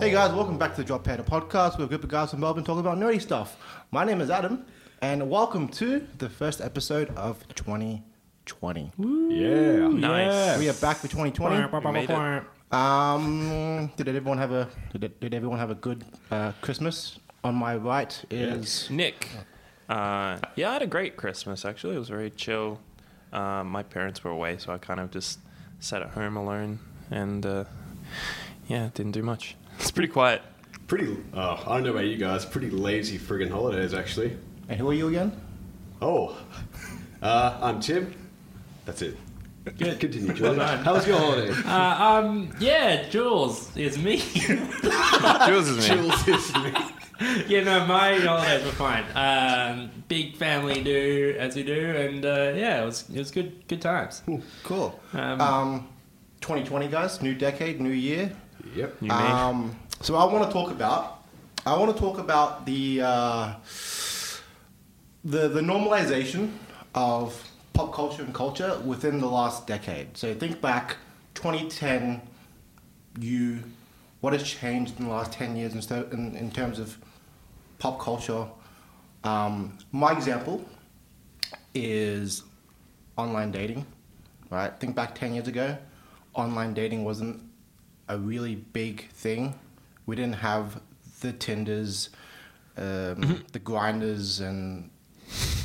guys, welcome back to the Drop Powder Podcast. We're a group of guys from Melbourne talking about nerdy stuff. My name is Adam, and welcome to the first episode of 2020. Yeah. Nice. We are back for 2020. We made it. Um, did everyone have a did, did everyone have a good uh, Christmas? On my right is Nick. Uh, yeah, I had a great Christmas, actually. It was very chill. Um, my parents were away, so I kind of just sat at home alone and, uh, yeah, didn't do much. It's pretty quiet. Pretty, oh, I don't know about you guys, pretty lazy friggin' holidays, actually. and who are you again? Oh, uh, I'm Tim. That's it. Good. Continue, Julian. How was your holiday? Uh, um, yeah, Jules is me. Jules is me. Jules is me. you know, my holidays were fine. Um, big family do as we do, and uh, yeah, it was it was good good times. Cool. Um, Um, 2020, guys, new decade, new year. Yep. You, me. Um, so I want to talk about. I want to talk about the uh, the the normalization of pop culture and culture within the last decade. So think back 2010. You, what has changed in the last 10 years in, sto- in, in terms of pop culture? Um, my example is online dating, right? Think back 10 years ago, online dating wasn't a really big thing. We didn't have the Tinders, um, Mm-hmm. the Grinders, and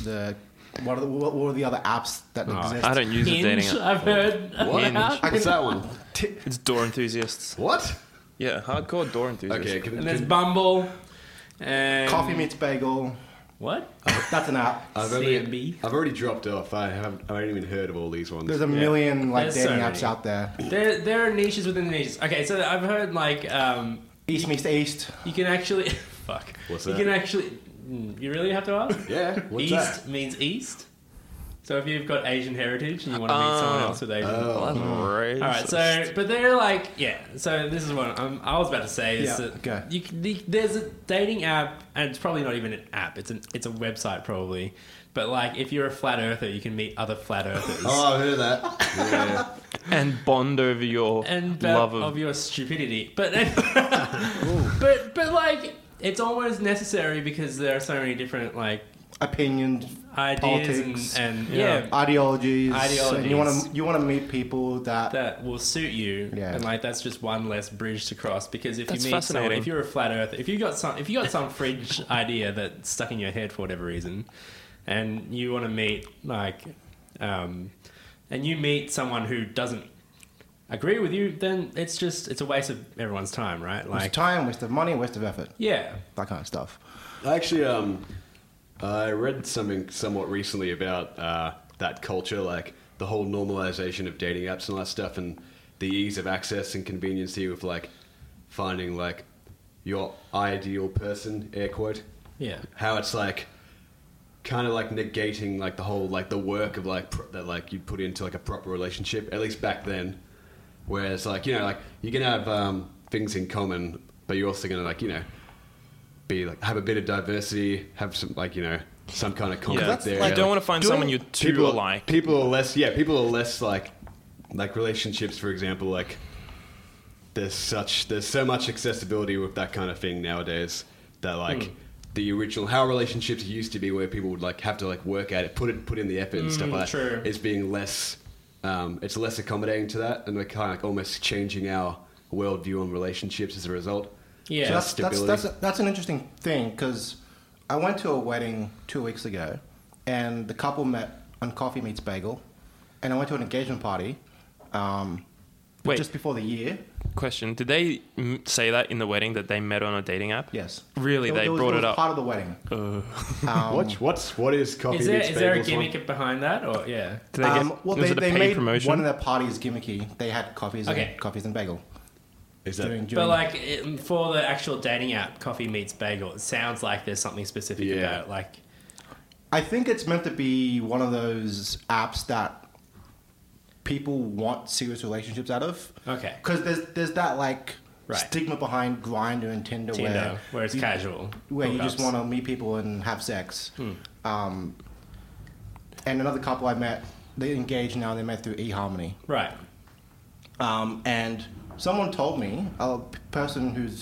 the what are the, what were the other apps that exist? I don't use the dating Hinge, app. I've heard. What? about. What's that one? Ti- It's door enthusiasts. What? Yeah, hardcore door enthusiasts. Okay, can, And there's can, Bumble. And Coffee meets bagel. What? That's an app. I've, already, CMB. I've already dropped off. I haven't, I haven't even heard of all these ones. There's a million like There's so dating many. apps out there. There there are niches within the niches. Okay, so I've heard like um, East meets East. you can actually fuck. What's you that? can actually. mm, You really have to ask. yeah, what's east that? means east. So if you've got Asian heritage and you want to meet someone Oh. else with Asian, Oh, That's all right. racist. So, but they're like, yeah. So this is what um, I was about to say is Yeah, that okay. you, can- the, there's a dating app, and it's probably not even an app. It's an it's a website probably. But like, if you're a flat earther, you can meet other flat earthers. oh, I've heard of that. Yeah. and bond over your and uh, love of, of, your stupidity. But but but like, it's almost necessary because there are so many different like Opinions, ideas Politics. and, and Yeah. yeah ideologies. And you want Ideologies. to you want to meet people that. that will suit you Yeah. and like that's just one less bridge to cross because if That's you meet someone fascinating. if you're a flat earther if you got some if you got some fringe idea that's stuck in your head for whatever reason and you want to meet like um, and you meet someone who doesn't agree with you then it's just it's a waste of everyone's time right waste like of time, waste of money, waste of effort, yeah that kind of stuff. I actually um, I read something somewhat recently about uh, that culture, like the whole normalization of dating apps and all that stuff, and the ease of access and convenience here with like finding like your ideal person, air quote. yeah How it's like kind of like negating like the whole like the work of like pr- that like you put into like a proper relationship at least back then whereas like you know like you can have um, things in common but you're also gonna like you know be like have a bit of diversity have some like you know some kind of conflict yeah. there you don't want to find someone you're too people, alike. people are less yeah people are less like like relationships for example like there's such there's so much accessibility with that kind of thing nowadays that like Hmm. the original how relationships used to be where people would like have to like work at it put it put in the effort and stuff like Hmm, true. that is being less um, it's less accommodating to that and we're kind of like almost changing our worldview on relationships as a result Yeah. So that's, So that's, stability. that's, that's an interesting thing because I went to a wedding two weeks ago and the couple met on Coffee Meets Bagel and I went to an engagement party um, Wait. just before the year. Question: Did they mm, say that in the wedding that they met on a dating app? Yes. Really, It- they was- brought was it up. Oh. part of the wedding. Um, what's what's what is coffee is there meets is there a bagels one? gimmick behind that or yeah Did they get, um, well, was they, it a they paid made promotion? one of their parties gimmicky. They had coffees, Okay. and, coffees and bagel. is that during- during- But like it- for the actual dating app, Coffee Meets Bagel, it sounds like there's something specific Yeah. about it. Like I think it's meant to be one of those apps that people want serious relationships out of. Okay. Because there's there's that like Right. stigma behind Grinder and Tinder, Tinder, where where, it's casual, where you just hookups. Hmm. want to meet people and have sex. Um, and another couple I met, they engaged now. They met through eHarmony. right. Um, and someone told me, a person who's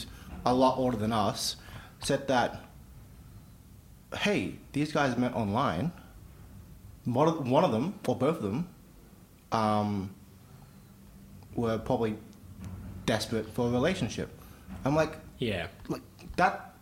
a lot older than us said that, hey, these guys met online. One of, one of them, or both of them, um, were probably desperate for a relationship. I'm like, Yeah. like that,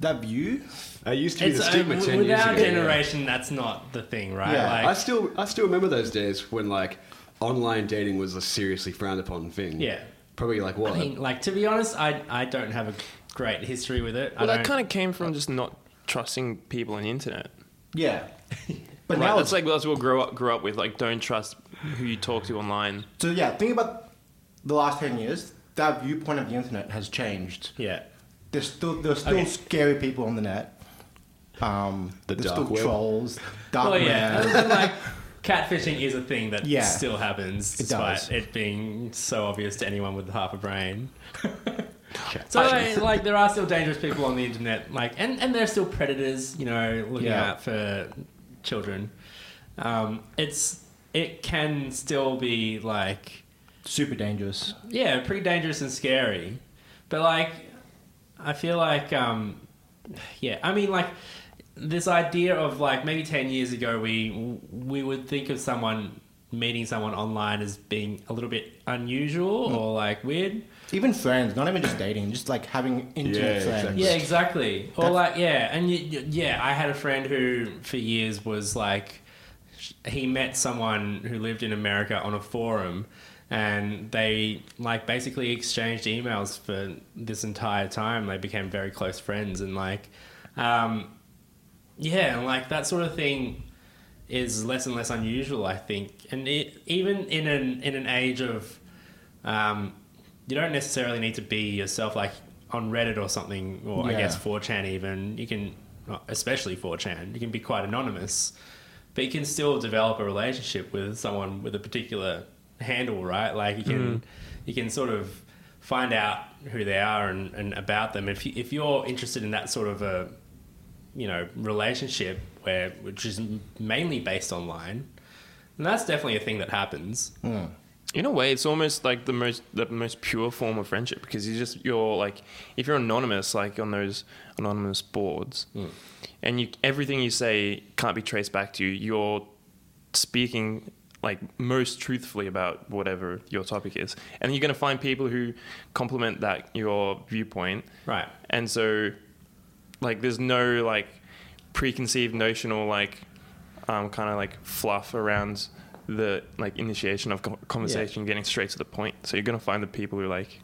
that view. It used to be the uh, stigma w- ten with years our ago. generation, that's not the thing, right? Yeah. I Like, still I still remember those days when like online dating was a seriously frowned upon thing. Yeah. Probably like what? I mean, like to be honest, I I don't have a great history with it. Well, I that don't- kind of came from just not trusting people on the internet. Yeah. But right, now that's it's like that's what we grew up grew up with. Like, don't trust who you talk to online. so yeah. Think about the last ten years. That viewpoint of the internet has changed. yeah. There's still there's still Okay. scary people on the net. Um, The there's dark still web. trolls, dark Oh yeah. web. Other than, like catfishing is a thing that Yeah. still happens, It despite does. it being so obvious to anyone with half a brain. so I- like, like, there are still dangerous people on the internet, like and and there're still predators, you know, looking Yeah. out for children. Um, it's it can still be like super dangerous. yeah, pretty dangerous and scary. But like, I feel like, um, yeah, I mean, like this idea of like maybe ten years ago, we we would think of someone meeting someone online as being a little bit unusual or like weird. Even friends, not even just dating, just like having internet Yeah, friends. exactly. Yeah, exactly. Or That's- like, yeah, and you, you- yeah, I had a friend who for years was like, sh- he met someone who lived in America on a forum, and they like basically exchanged emails for this entire time. They became very close friends, and like, um, yeah, and like that sort of thing is less and less unusual, I think. And it, even in an in an age of, um, you don't necessarily need to be yourself, like on Reddit or something, or I Yeah. guess 4chan even. You can, especially 4chan, you can be quite anonymous, but you can still develop a relationship with someone with a particular handle, right? Like you can, you can sort of find out who they are and, and about them. If you, if you're interested in that sort of a you know relationship where which is m- mainly based online and that's definitely a thing that happens Hmm. In a way, it's almost like the most the most pure form of friendship because you just you're like if you're anonymous, like on those anonymous boards, Hmm. and you everything you say can't be traced back to you. You're speaking like most truthfully about whatever your topic is, and you're going to find people who complement that your viewpoint, right and so like there's no like preconceived notional like um, kind of like fluff around the like initiation of co- conversation getting straight to the point so you're going to find the people who like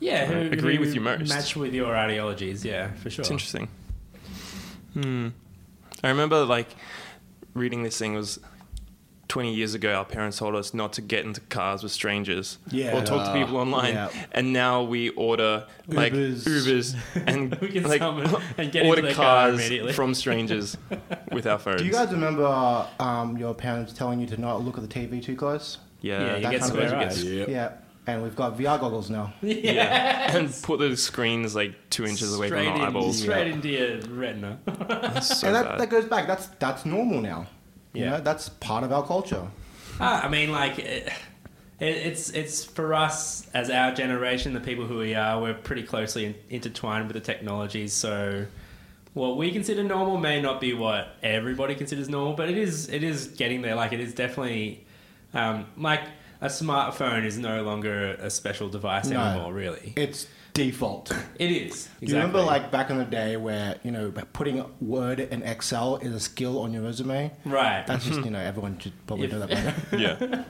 yeah I who, agree who with you most. match with your ideologies yeah for sure it's interesting hmm i remember like reading this thing was 20 years ago our parents told us not to get into cars with strangers Yeah. or talk to people online Yeah. and now we order like Ubers. ubers and We can like summon and get into order their car cars immediately. from strangers with our phones Do you guys remember um, your parents telling you to not look at the TV too close? Yeah, Yeah, you That get kind of square thing. eyes. Yep. Yeah. And we've got VR goggles now. yeah. and put the screens like two inches away Straight from in- our eyeballs. straight into your retina That's so and that, bad. that goes back. That's that's normal now. You Yeah. know, that's part of our culture. Ah, I mean, like, it, it, it's it's for us as our generation, the people who we are, we're pretty closely in, intertwined with the technology. So, what we consider normal may not be what everybody considers normal, but it is it is getting there. Like, it is definitely um, like a smartphone is no longer a special device No. anymore. Really, It's default. it is. Exactly. Do you remember like back in the day where you know putting Word and Excel is a skill on your resume? right? That's just you know everyone should probably If- know that by now. yeah,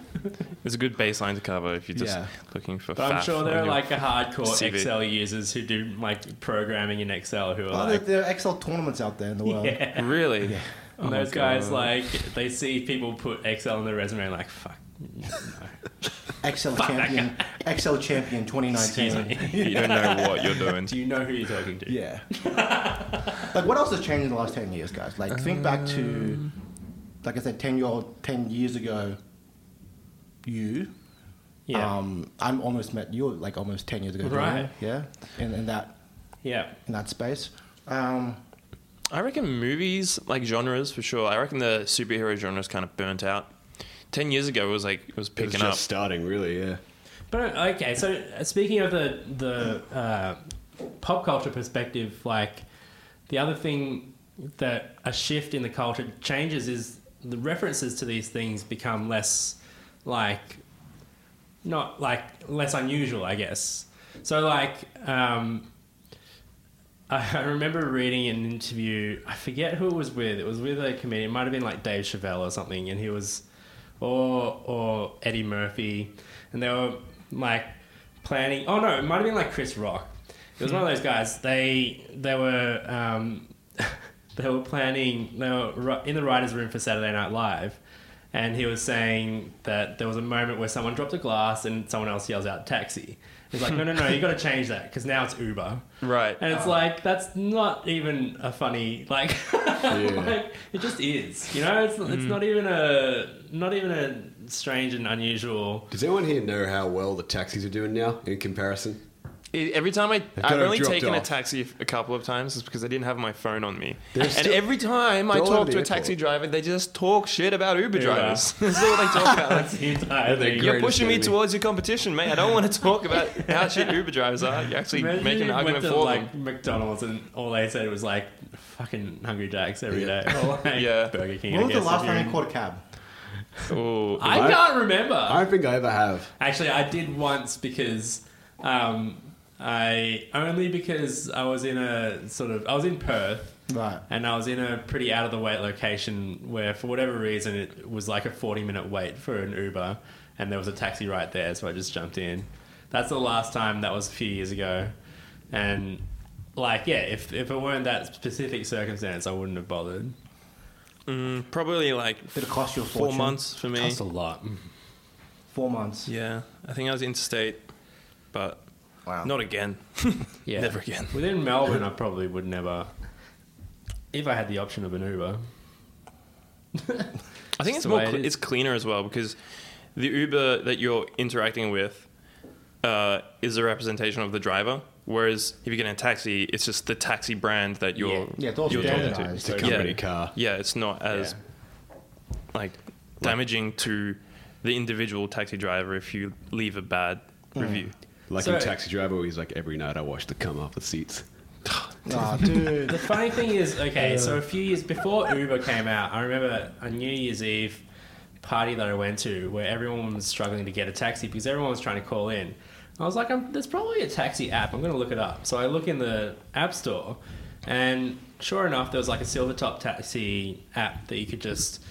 it's a good baseline to cover if you're just Yeah. looking for. But I'm faff sure there on are your- like a hardcore CV. Excel users who do like programming in Excel who are Oh, there, like, there are Excel tournaments out there in the world. yeah. really. And Oh my those guys, God. like, they see people put Excel on their resume, and like, fuck, Excel champion, Excel champion excuse 2019. me. You don't know what you're doing. Do you know who you're talking to? Yeah. like what else has changed in the last ten years, guys? Like think back Um. to, like I said, ten year old, ten years ago. You Yeah. Um, I'm almost met you like almost ten years ago. didn't Right. I? Yeah. In, in that yeah. in that space. Um, I reckon movies, like genres for sure. I reckon the superhero genre's kind of burnt out. Ten years ago, it was like it was It was picking just up. starting, really. Yeah. But okay, so uh, speaking of the the uh, pop culture perspective, like the other thing that a shift in the culture changes is the references to these things become less like not like less unusual, I guess. So like um, I I remember reading an interview. I forget who it was with. It was with a comedian. It might have been like Dave Chappelle or something. And he was, or or Eddie Murphy, and they were like planning. Oh no, it might have been like Chris Rock. It was one of those guys. They they were um, they were planning. They were ri- in the writers' room for Saturday Night Live, and he was saying that there was a moment where someone dropped a glass and someone else yells out taxi. He's like, no, no, no, you got to change that because now it's Uber. Right. And it's like that's not even a funny like, like, it just is. You know, it's, it's Mm. not even a not even a strange and unusual. Does anyone here know how well the taxis are doing now in comparison? I- E, Every time I, kind I've of only dropped taken a off. taxi f- a couple of times, is because I didn't have my phone on me. They're and still- every time I They're all talk over to the a taxi airport. driver, they just talk shit about Uber Uber. drivers. That's all they talk about. Like, That's the entire they're thing. great. you're pushing me enemy. towards your competition, mate. I don't want to talk about how shit Uber drivers are. You're actually Imagine making an you argument went to for like them. McDonald's and all they said was like fucking Hungry Jacks every day. Yeah. Or like Yeah. Burger King. When I was the guess, last if time you- you caught a cab? Ooh. I can't remember. I don't think I ever have. Actually, I did once because um, I only because I was in a sort of I was in Perth Right. and I was in a pretty out of the way location where for whatever reason it was like a 40 minute wait for an Uber and there was a taxi right there so I just jumped in. That's the last time that was a few years ago and like yeah if, if it weren't that specific circumstance I wouldn't have bothered. Mm, probably like Did it cost you a four fortune? months for me. Cost a lot. Four months. Yeah. I think I was interstate, but Wow. not again. Yeah. Never again. Within Melbourne I probably would never if I had the option of an Uber. I think Just it's the more way it cle- is. it's cleaner as well because the Uber that you're interacting with uh, is a representation of the driver. Whereas if you get in a taxi, it's just the taxi brand that you're. Yeah. Yeah, it's all You're standardized. talking It's a Yeah. company car. Yeah, it's not as Yeah. like damaging to the individual taxi driver if you leave a bad review. Like So- in Taxi Driver, where he's like, every night I wash the cum off the seats. Nah, dude. The funny thing is, okay, so a few years before Uber came out, I remember a New Year's Eve party that I went to where everyone was struggling to get a taxi because everyone was trying to call in. I was like, I'm, there's probably a taxi app. I'm going to look it up. So I look in the app store, and sure enough, there was like a silver top taxi app that you could just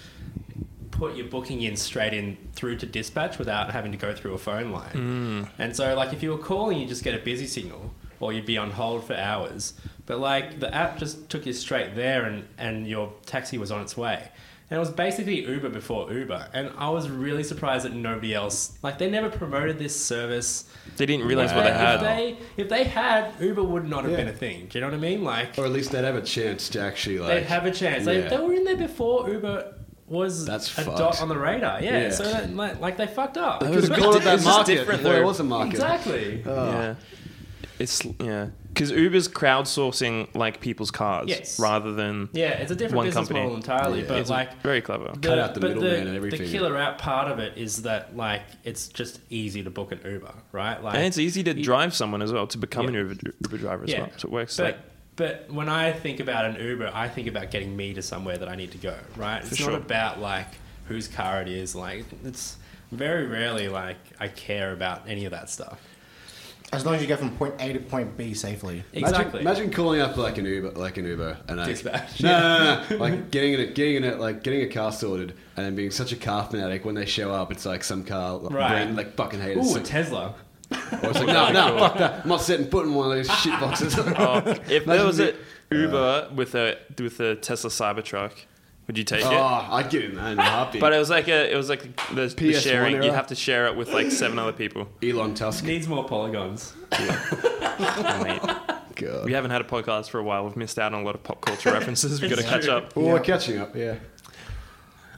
put your booking in straight in through to dispatch without having to go through a phone line. Mm. And so, like, if you were calling, you just get a busy signal, or you'd be on hold for hours. But like, the app just took you straight there, and and your taxi was on its way. And it was basically Uber before Uber. And I was really surprised that nobody else, like, they never promoted this service. They didn't realize what Like, they Wow. had. If they, if they had, Uber would not have Yeah. Oh, been a thing. Do you know what I mean? Like, Or at least they'd have a chance to actually like. they'd have a chance. They, yeah. they were in there before Uber was That's a fucked. dot on the radar. Yeah. Yeah. So that, like, like they fucked up. It was It's called just that market. different, Well, though. it was a market. Exactly. Oh. Yeah. It's yeah, because Uber's crowdsourcing like people's cars Yes. rather than Yeah, it's a different One business company. model entirely, Yeah. but it's like very clever. Cut out the but middleman and everything. The killer app part of it is that like it's just easy to book an Uber, right? Like And it's easy to you- drive someone as well to become Yeah. an Uber, Uber driver as Yeah. well. So it works but, like but when I think about an Uber, I think about getting me to somewhere that I need to go, right? It's sure. not about like whose car it is. Like it's very rarely like I care about any of that stuff. As long as you get from point A to point B safely. Imagine, Exactly. imagine calling up like an Uber, like an Uber, and like, Dispatch. No, no, no, no. like getting it, getting it, like getting a car sorted, and then being such a car fanatic when they show up, it's like some car like, Right. brand like fucking haters. Ooh, a Some- Tesla. or it's like no, no, fuck that. I'm not setting foot in one of those shit boxes. Oh, if there was an Imagine uh, Uber with a with a Tesla Cybertruck, would you take it? Oh, I'd get in that in a heartbeat. But uh, it was like a it was like the, the PS1 sharing. You era. have to share it with like seven other people. Elon Tusk. Needs more polygons. Oh, God. We haven't had a podcast for a while. We've missed out on a lot of pop culture references. We've got to It's catch true. up. Oh, we're Yeah. catching up. Yeah.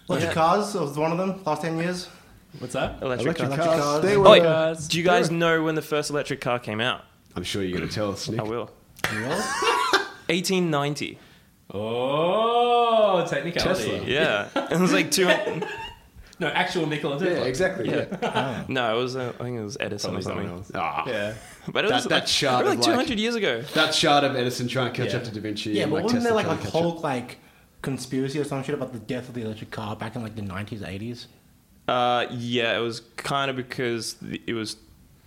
Electric cars was one of them last 10 years. What's that? Electric, car. Electric cars. They Oh, were, Oh, uh, wait, do you guys know when the first electric car came out? I'm sure you're gonna tell us, Nick. I will. Really? 1890. Oh, technicality. Tesla. Yeah, it was like two. No, actual Nikola Tesla. Yeah, exactly. Yeah. Oh. No, it was uh, I think it was Edison Probably or something. someone else. Ah. Yeah. But it That- was that like, shard like of, like- 200 years ago. That shard of Edison trying to catch Yeah. up to Da Vinci. Yeah, and, but like, wasn't Tesla there like a trying to catch up. whole like conspiracy or some shit about the death of the electric car back in like the nineties, eighties? Uh, yeah, it was kind of because the, it was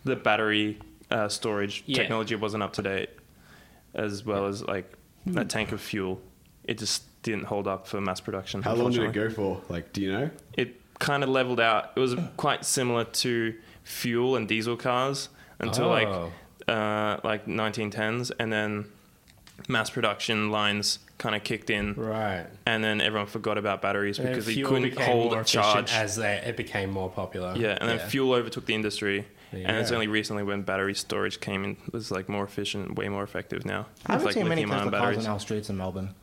the battery uh, storage Yeah. technology wasn't up to date, as well as like Hmm. a tank of fuel. It just didn't hold up for mass production. How long did it unfortunately. go for? Like, do you know? It kind of leveled out. It was quite similar to fuel and diesel cars until like Oh. uh, like 1910s, and then mass production lines kind of kicked in. Right. and then everyone forgot about batteries And then because you fuel couldn't became hold more a efficient charge. as they, it became more popular. yeah, and then fuel overtook the industry, There you and it's go. only recently when battery storage came in it was like more efficient, way more effective now. I haven't It's, like seen many lithium-ion Tesla cars on our streets in Melbourne.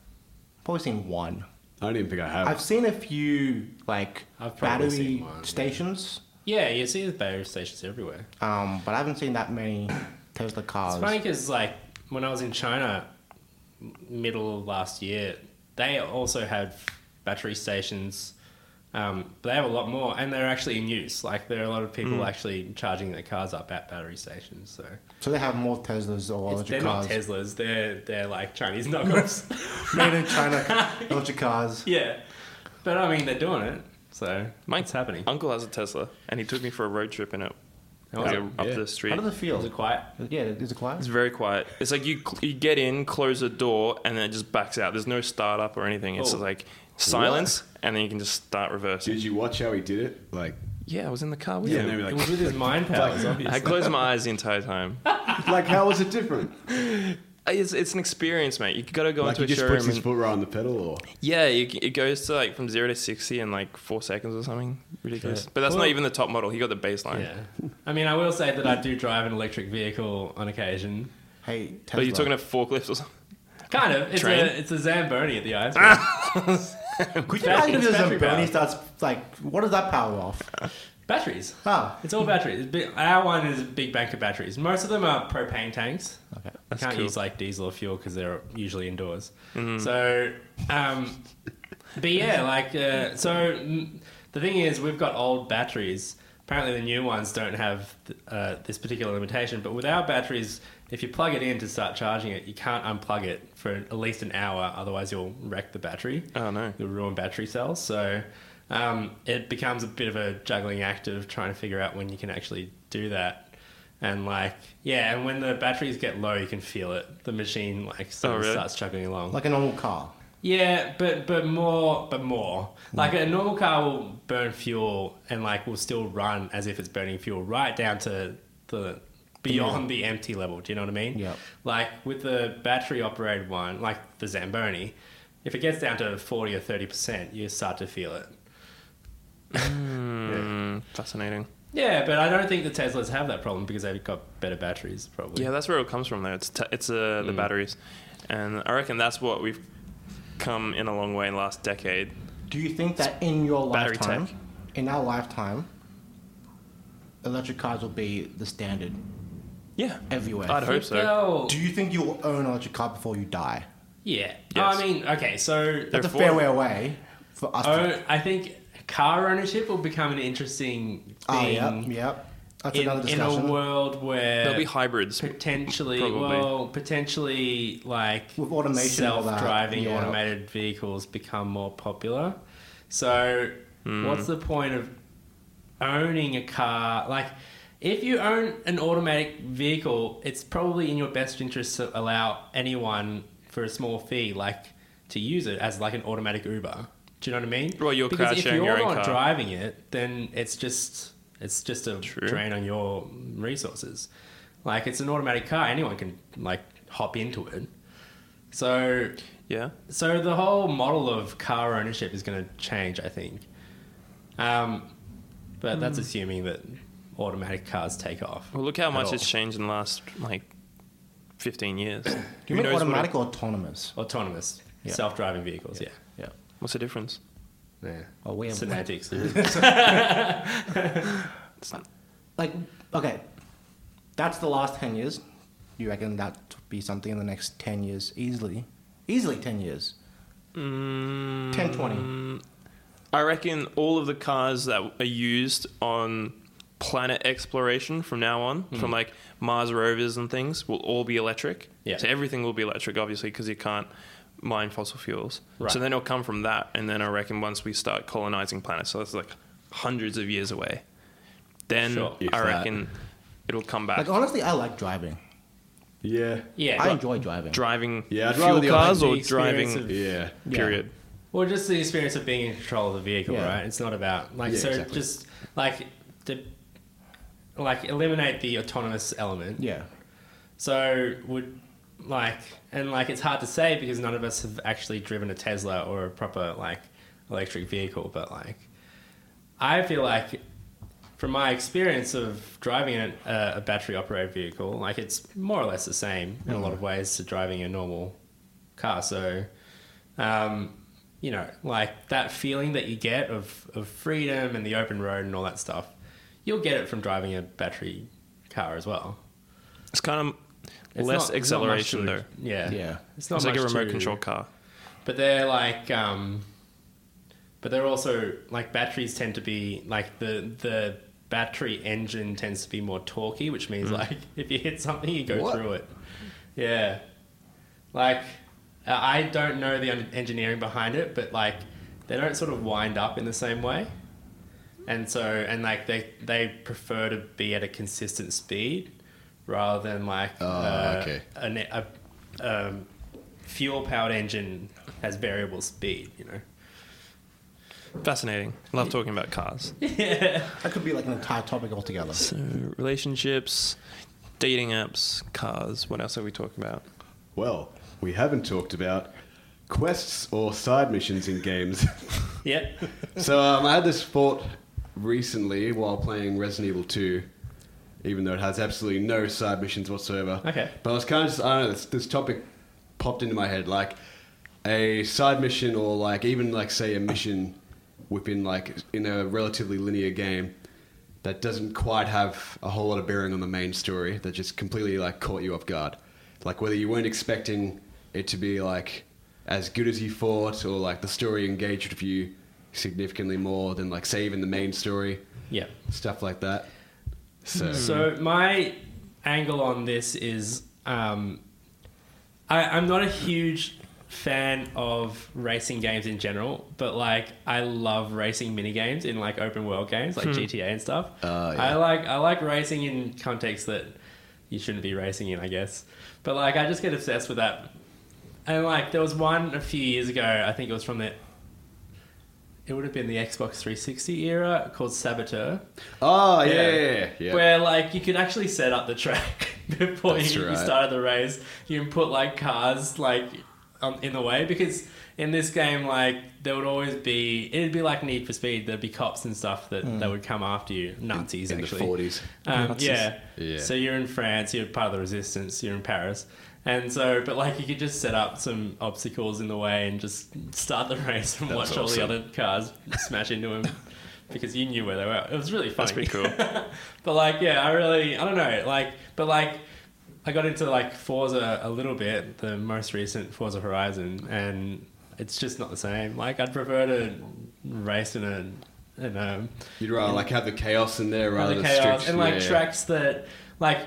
Probably seen one. I don't even think I have. I've seen a few like I've probably battery seen one, yeah. stations, Yeah, you see the battery stations everywhere. um, but I haven't seen that many Tesla cars. It's funny because like when I was in China, m- middle of last year, they also had battery stations. Um, but they have a lot more, and they're actually in use. Like there are a lot of Mm. people actually charging their cars up at battery stations. So So they have more Teslas or it's, they're electric cars. not Teslas. They're they're like Chinese knockoffs. Made in China electric cars. yeah, but I mean they're doing it. So Mike- it's happening. Uncle has a Tesla, and he took me for a road trip in it Oh, like, yeah. up Yeah. the How street. does it Is feel? it quiet? Yeah, is it quiet? it's very quiet. It's like you cl- you get in, close the door, and then it just backs out. There's no startup or anything. It's Oh. like silence, and then you can just start reversing. Did you watch how he did it? Like, yeah, I was in the car with yeah, him. maybe It like, was with his mind powers, obviously. I closed my eyes the entire time. like how was it different? It's, it's an experience, mate. You got to go like into he a just showroom. puts his and- foot right on the pedal, or Yeah, you, c- it goes to like from zero to sixty in like four seconds or something ridiculous. Yeah. But that's Well- not even the top model. He got the baseline. Yeah, I mean I will say that I do drive an electric vehicle on occasion. Hey, Tesla. But you're talking a forklift or something. Kind of. It's Train? a it's a Zamboni at the iceberg. Ah. Could you imagine if It's there's a battery Bernie powered. starts like, what does that power off? batteries. Ah, It's all batteries. It's big- Our one is a big bank of batteries. Most of them are propane tanks. okay. You That's can't cool. Mm-hmm. use like diesel or fuel because they're usually indoors. So, um, but yeah, like uh, so. mm, The thing is, we've got old batteries. Apparently, the new ones don't have th- uh, this particular limitation. But with our batteries, if you plug it in to start charging it, you can't unplug it for at least an hour. Otherwise, you'll wreck the battery. Oh no. the ruin battery cells. So um, it becomes a bit of a juggling act of trying to figure out when you can actually do that. And like, yeah, and when the batteries get low, you can feel it. The machine like sort of really? starts chugging along. Like a normal car. yeah, but but more, but more. Hmm. Like a normal car will burn fuel and like will still run as if it's burning fuel, right down to the beyond the empty level. Do you know what I mean? Yep. Like with the battery operated one, like the Zamboni, if it gets down to 40 or 30%, you start to feel it. Mm, fascinating. Yeah, but I don't think the Teslas have that problem because they've got better batteries, probably. Yeah, that's where it comes from. Though it's t- it's uh, the batteries, and I reckon that's what we've come in a long way in the last decade. Do you think that in your Battery lifetime, tech. in our lifetime, electric cars will be the standard Yeah, everywhere? I'd hope so. They'll- Do you think you'll own an electric car before you die? yeah. Yes. I mean, okay, so That's a Therefore- fair way away for us. to, Oh, I think car ownership will become an interesting Ah, thing oh yep, yep. That's another in, in discussion. a world where There'll be hybrids. potentially, probably. well, potentially like With automation and all that, self-driving yeah. automated vehicles become more popular. So, Hmm. what's the point of owning a car? Like, if you own an automatic vehicle, it's probably in your best interest to allow anyone for a small fee, like, to use it as like an automatic Uber. Do you know what I mean? Well, you're because if you're car-sharing your own not car. driving it, then it's just it's just a True. drain on your resources. Like it's an automatic car; anyone can like hop into it. So, Yeah, so the whole model of car ownership is going to change, I think. Um, but that's assuming that automatic cars take off. well, look how At much all. it's changed in the last like fifteen years. Do you Who mean knows what it- automatic or autonomous? Autonomous, Yeah. self-driving vehicles. Yeah. Yeah. What's the difference? Yeah. Oh, we have Semantics. like okay that's the last 10 years you reckon that would be something in the next 10 years easily easily 10 years Mm, 10 20 I reckon all of the cars that are used on planet exploration from now on, Hmm. from like Mars rovers and things, will all be electric. Yeah. So everything will be electric, obviously, because you can't mine fossil fuels. Right. So then it'll come from that, and then I reckon once we start colonizing planets, so that's like hundreds of years away, then Sure. If I that. oh, reckon it'll come back. Like honestly, I like driving. Yeah. Yeah. I enjoy driving. driving Yeah, I'd rather fuel the cars or The experience driving of- Yeah. period. Well, just the experience of being in control of the vehicle, Yeah. right? It's not about like Yeah, so exactly. just like the like eliminate the autonomous element. yeah. So would like and like it's hard to say because none of us have actually driven a Tesla or a proper like electric vehicle, but like I feel like from my experience of driving a, a- a battery operated vehicle, like it's more or less the same in a lot of ways to driving a normal car. So, um, you know, like that feeling that you get of, of freedom and the open road and all that stuff, you'll get it from driving a battery car as well. It's kind of It's less not- it's not much acceleration to- though. Yeah. Yeah. It's not It's like a much remote to- control car. But they're like, um, but they're also like batteries tend to be like the the battery engine tends to be more torquey, which means like if you hit something, you go What? through it. Yeah, like uh, I don't know the un- engineering behind it, but like they don't sort of wind up in the same way. And so, and like they they prefer to be at a consistent speed rather than like Oh, uh, okay. a, ne- a, um, fuel powered engine has variable speed, you know. Fascinating. Love talking about cars. That could be like an entire topic altogether. So, relationships, dating apps, cars. What else are we talking about? Well, we haven't talked about quests or side missions in games. Yeah. so um, I had this thought recently while playing Resident Evil 2, even though it has absolutely no side missions whatsoever. Okay. But I was kind of just, I don't know, this, this topic popped into my head like a side mission or like even like say a mission within like in a relatively linear game that doesn't quite have a whole lot of bearing on the main story that just completely like caught you off guard. Like whether you weren't expecting it to be like as good as you thought or like the story engaged with you significantly more than like say even the main story, yeah. stuff like that. So, So my angle on this is um, I, I'm not a huge fan of racing games in general, but like I love racing minigames in like open world games like GTA and stuff. Oh, yeah. I like I like racing in contexts that you shouldn't be racing in, I guess. But like I just get obsessed with that. And like there was one a few years ago, I think it was from the it would have been the Xbox 360 era called Saboteur oh yeah, Yeah. yeah, yeah, yeah. where like you could actually set up the track before That's you, you right. started the race. You can put like cars like um, in the way because in this game like there would always be it'd be like Need for Speed. There'd be cops and stuff that, that would come after you. Nazis Hmm. in actually. the 40s. Um, Nazis. yeah. Yeah. So you're in France, you're part of the resistance, you're in Paris. And so, but like you could just set up some obstacles in the way and just start the race and That's watch all awesome. the other cars smash into him because you knew where they were. It was really funny. That's pretty cool. But like, yeah, I really, I don't know, like, but like, I got into like Forza a little bit, the most recent Forza Horizon, and it's just not the same. Like, I'd prefer to race in a, in um, a You'd rather like have the chaos in there rather the than chaos strict and like yeah, yeah. tracks that like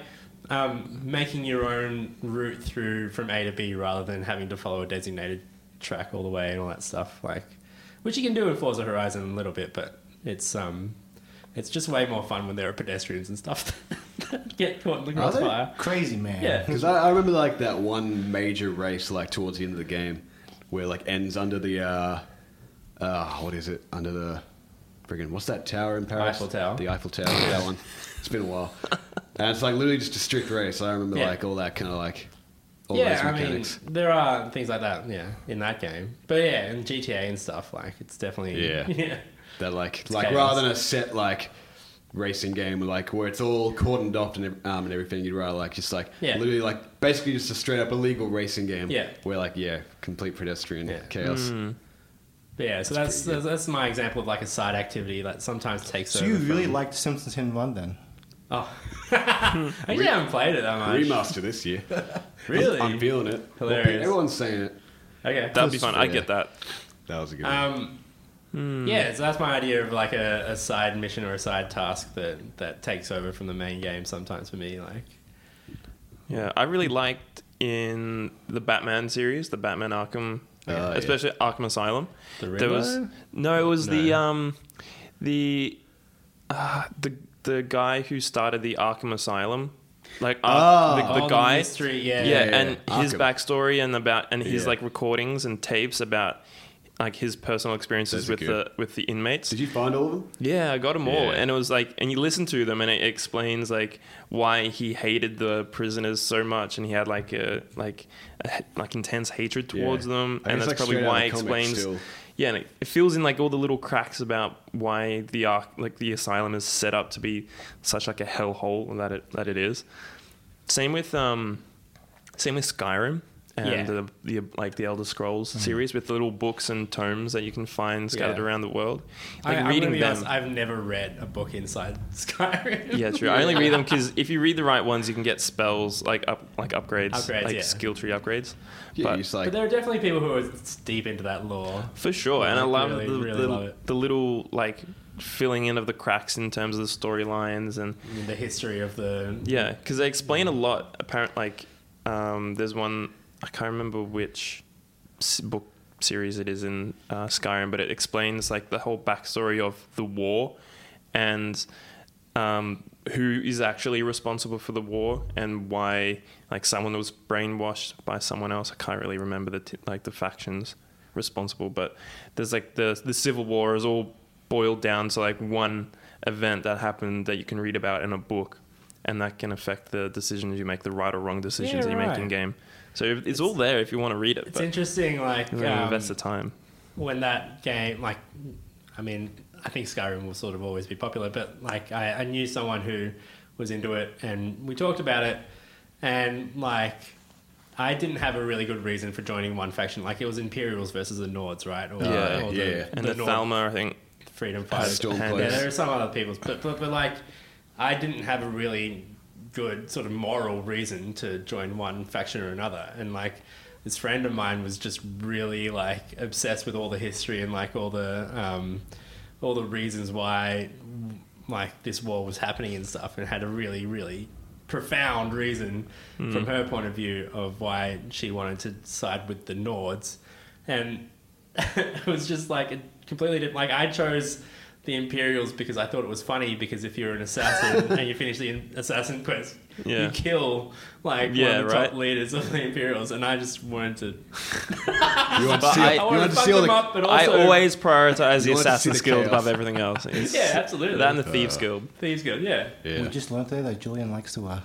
um, making your own route through from A to B rather than having to follow a designated track all the way and all that stuff. Like, which you can do in Forza Horizon a little bit, but it's um, it's just way more fun when there are pedestrians and stuff that get caught in the Are they? crossfire. Crazy man. uh, Yeah. Because I, I remember like that one major race like towards the end of the game, where like ends under the, uh, uh what is it? Under the, friggin' what's that tower in Paris? Eiffel Tower. The Eiffel Tower. that one. It's been a while, and it's like literally just a strict race. I remember Yeah. like all that kind of like, all yeah, those I mechanics. mean, there are things like that. Yeah, in that game, but yeah, in GTA and stuff, like it's definitely Yeah. yeah. that like like chaos. rather than a set like racing game like where it's all cordoned off and, ev- um, and everything you'd rather like just like Yeah. literally like basically just a straight up illegal racing game Yeah. Hmm, where like yeah complete pedestrian Yeah. chaos But yeah, so that's That's pretty that's, that's my example of like a side activity that sometimes takes. So over you really from- liked Simpsons in One then? Oh, I actually haven't played it that much. remaster this year Really? I'm, I'm feeling it Hilarious. everyone's saying it okay. That'd be fun. I'd Yeah. get that. that was a good one Um, Hmm. Yeah, so that's my idea of like a, a side mission or a side task that, that takes over from the main game sometimes for me. Like, Yeah, I really liked in the Batman series, the Batman Arkham, Oh, yeah. especially Arkham Asylum. The there was Riddler? no, it was the No. um, the uh, the the guy who started the Arkham Asylum, like Ar- Oh. the, the all guy. mystery, yeah, yeah, yeah, and yeah. his Arkham. backstory and about and his Yeah. like recordings and tapes about like his personal Those experiences are with good. the with the inmates. Did you find all of them? Yeah, I got them all, Yeah. and it was like, and you listen to them, and it explains like why he hated the prisoners so much, and he had like a like a, h- like intense hatred Yeah. towards them, I and guess, that's like, probably straight out why it of the comics explains. still. Yeah, and it, it fills in like all the little cracks about why the arc, like the asylum, is set up to be such like a hellhole that it that it is. Same with um, same with Skyrim. And Yeah. the, the like the Elder Scrolls Mm-hmm. series with the little books and tomes that you can find scattered Yeah. around the world, I, like I'm reading gonna be them. honest, I've never read a book inside Skyrim. Yeah, true. I only read them because if you read the right ones, you can get spells like up, like upgrades, Upgrades, like yeah. skill tree upgrades. Yeah, But you just like but there are definitely people who are deep into that lore. for sure, and I I love really, the really the, love it. the little like filling in of the cracks in terms of the storylines and the history of the yeah, because they explain a lot. Apparently, like um, there's one I can't remember which s- book series it is in uh, Skyrim, but it explains like the whole backstory of the war and um, who is actually responsible for the war and why like someone was brainwashed by someone else. I can't really remember the t- like the factions responsible, but there's like the the civil war is all boiled down to like one event that happened that you can read about in a book. And that can affect the decisions you make, the right or wrong decisions Yeah, you make in right. game. So it's, all there if you want to read it. It's but- interesting, like you want to um, invest the time. when that game, like, I mean, I think Skyrim will sort of always be popular, but like, I, I knew someone who was into it, and we talked about it, and like, I didn't have a really good reason for joining one faction. Like, it was Imperials versus the Nords, right? Or, Yeah, yeah. And the, Nord Thalma, I think. freedom fighters. Stormcloaks. Yeah, there are some other people's, but, but but like, I didn't have a really good sort of moral reason to join one faction or another, and like. This friend of mine was just really like obsessed with all the history and like all the um, all the reasons why like this war was happening and stuff, and had a really really profound reason from her point of view of why she wanted to side with the Nords, and it was just like a completely different. Like I chose the Imperials because I thought it was funny because if you're an assassin and you finish the in- assassin quest, Yeah. you kill like Yeah, one of the right. top leaders of the Imperials, and I just wanted to. you want to But see, I- you I want wanted to to see fuck all them the up, but I also always prioritize the You want to see assassin the chaos. skills above everything else. It's- yeah, absolutely. That and the Uh, thieves guild. Thieves Guild, yeah. We yeah. just learnt there that Julian likes to. Uh,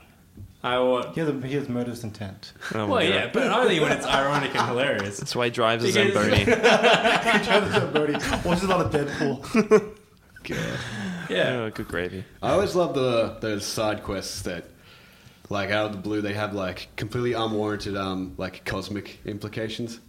I want. he has a, he has murderous intent. Oh my Well, God. yeah, but only when it's ironic and hilarious. That's why he drives a Because- Zamboni. Watches a lot of Deadpool. God. Yeah. oh, good gravy. I always love the those side quests that, like out of the blue, they have like completely unwarranted um like cosmic implications.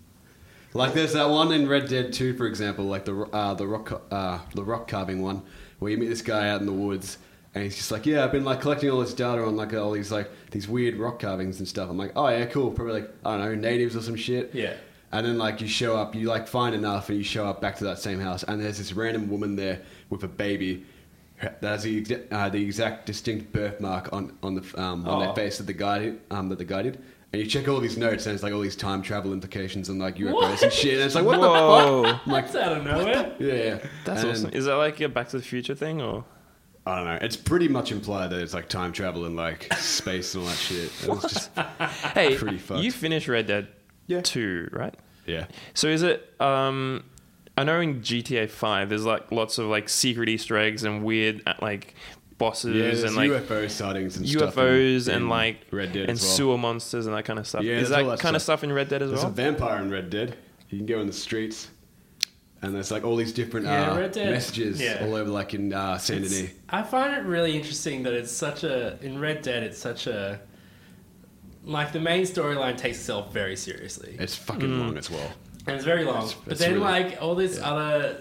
Like there's that one in Red Dead Two, for example, like the ro- uh, the rock ca- uh, the rock carving one, where you meet this guy out in the woods, and he's just like, yeah, I've been like collecting all this data on like all these like these weird rock carvings and stuff. I'm like, oh yeah, cool, probably like I don't know natives or some shit. Yeah. And then like you show up, you like find enough, and you show up back to that same house, and there's this random woman there with a baby that has the, exa- uh, the exact distinct birthmark on on the um, on Aw. Oh. their face that the guy did, um, that the guy did. And you check all these notes, and it's like all these time travel implications and like UFOs and What? shit. And it's like what Whoa. the fuck? I'm like, That's out of nowhere. yeah, yeah. That's And awesome. Is that like a Back to the Future thing or? I don't know. It's pretty much implied that it's like time travel and like space and all that shit. It was just Hey, Pretty fucked. you finished Red Dead Yeah. 2, right? yeah. So is it? Um, I know in GTA Five, there's like lots of like secret Easter eggs and weird uh, like Yeah, bosses there's and like UFO sightings and stuff. UFOs in- and in like Red Dead and as well. sewer monsters and that kind of stuff. Yeah, is there's that all kind that of stuff. stuff in Red Dead as There's well? a vampire in Red Dead. You can go in the streets, and there's like all these different Yeah, uh, Red Dead. messages Yeah. all over, like in uh, Saint It's- Denis. I find it really interesting that it's such a in Red Dead it's such a like the main storyline takes itself very seriously It's fucking long Mm. as well. and it's very long. It's- but it's then really- like all this yeah. other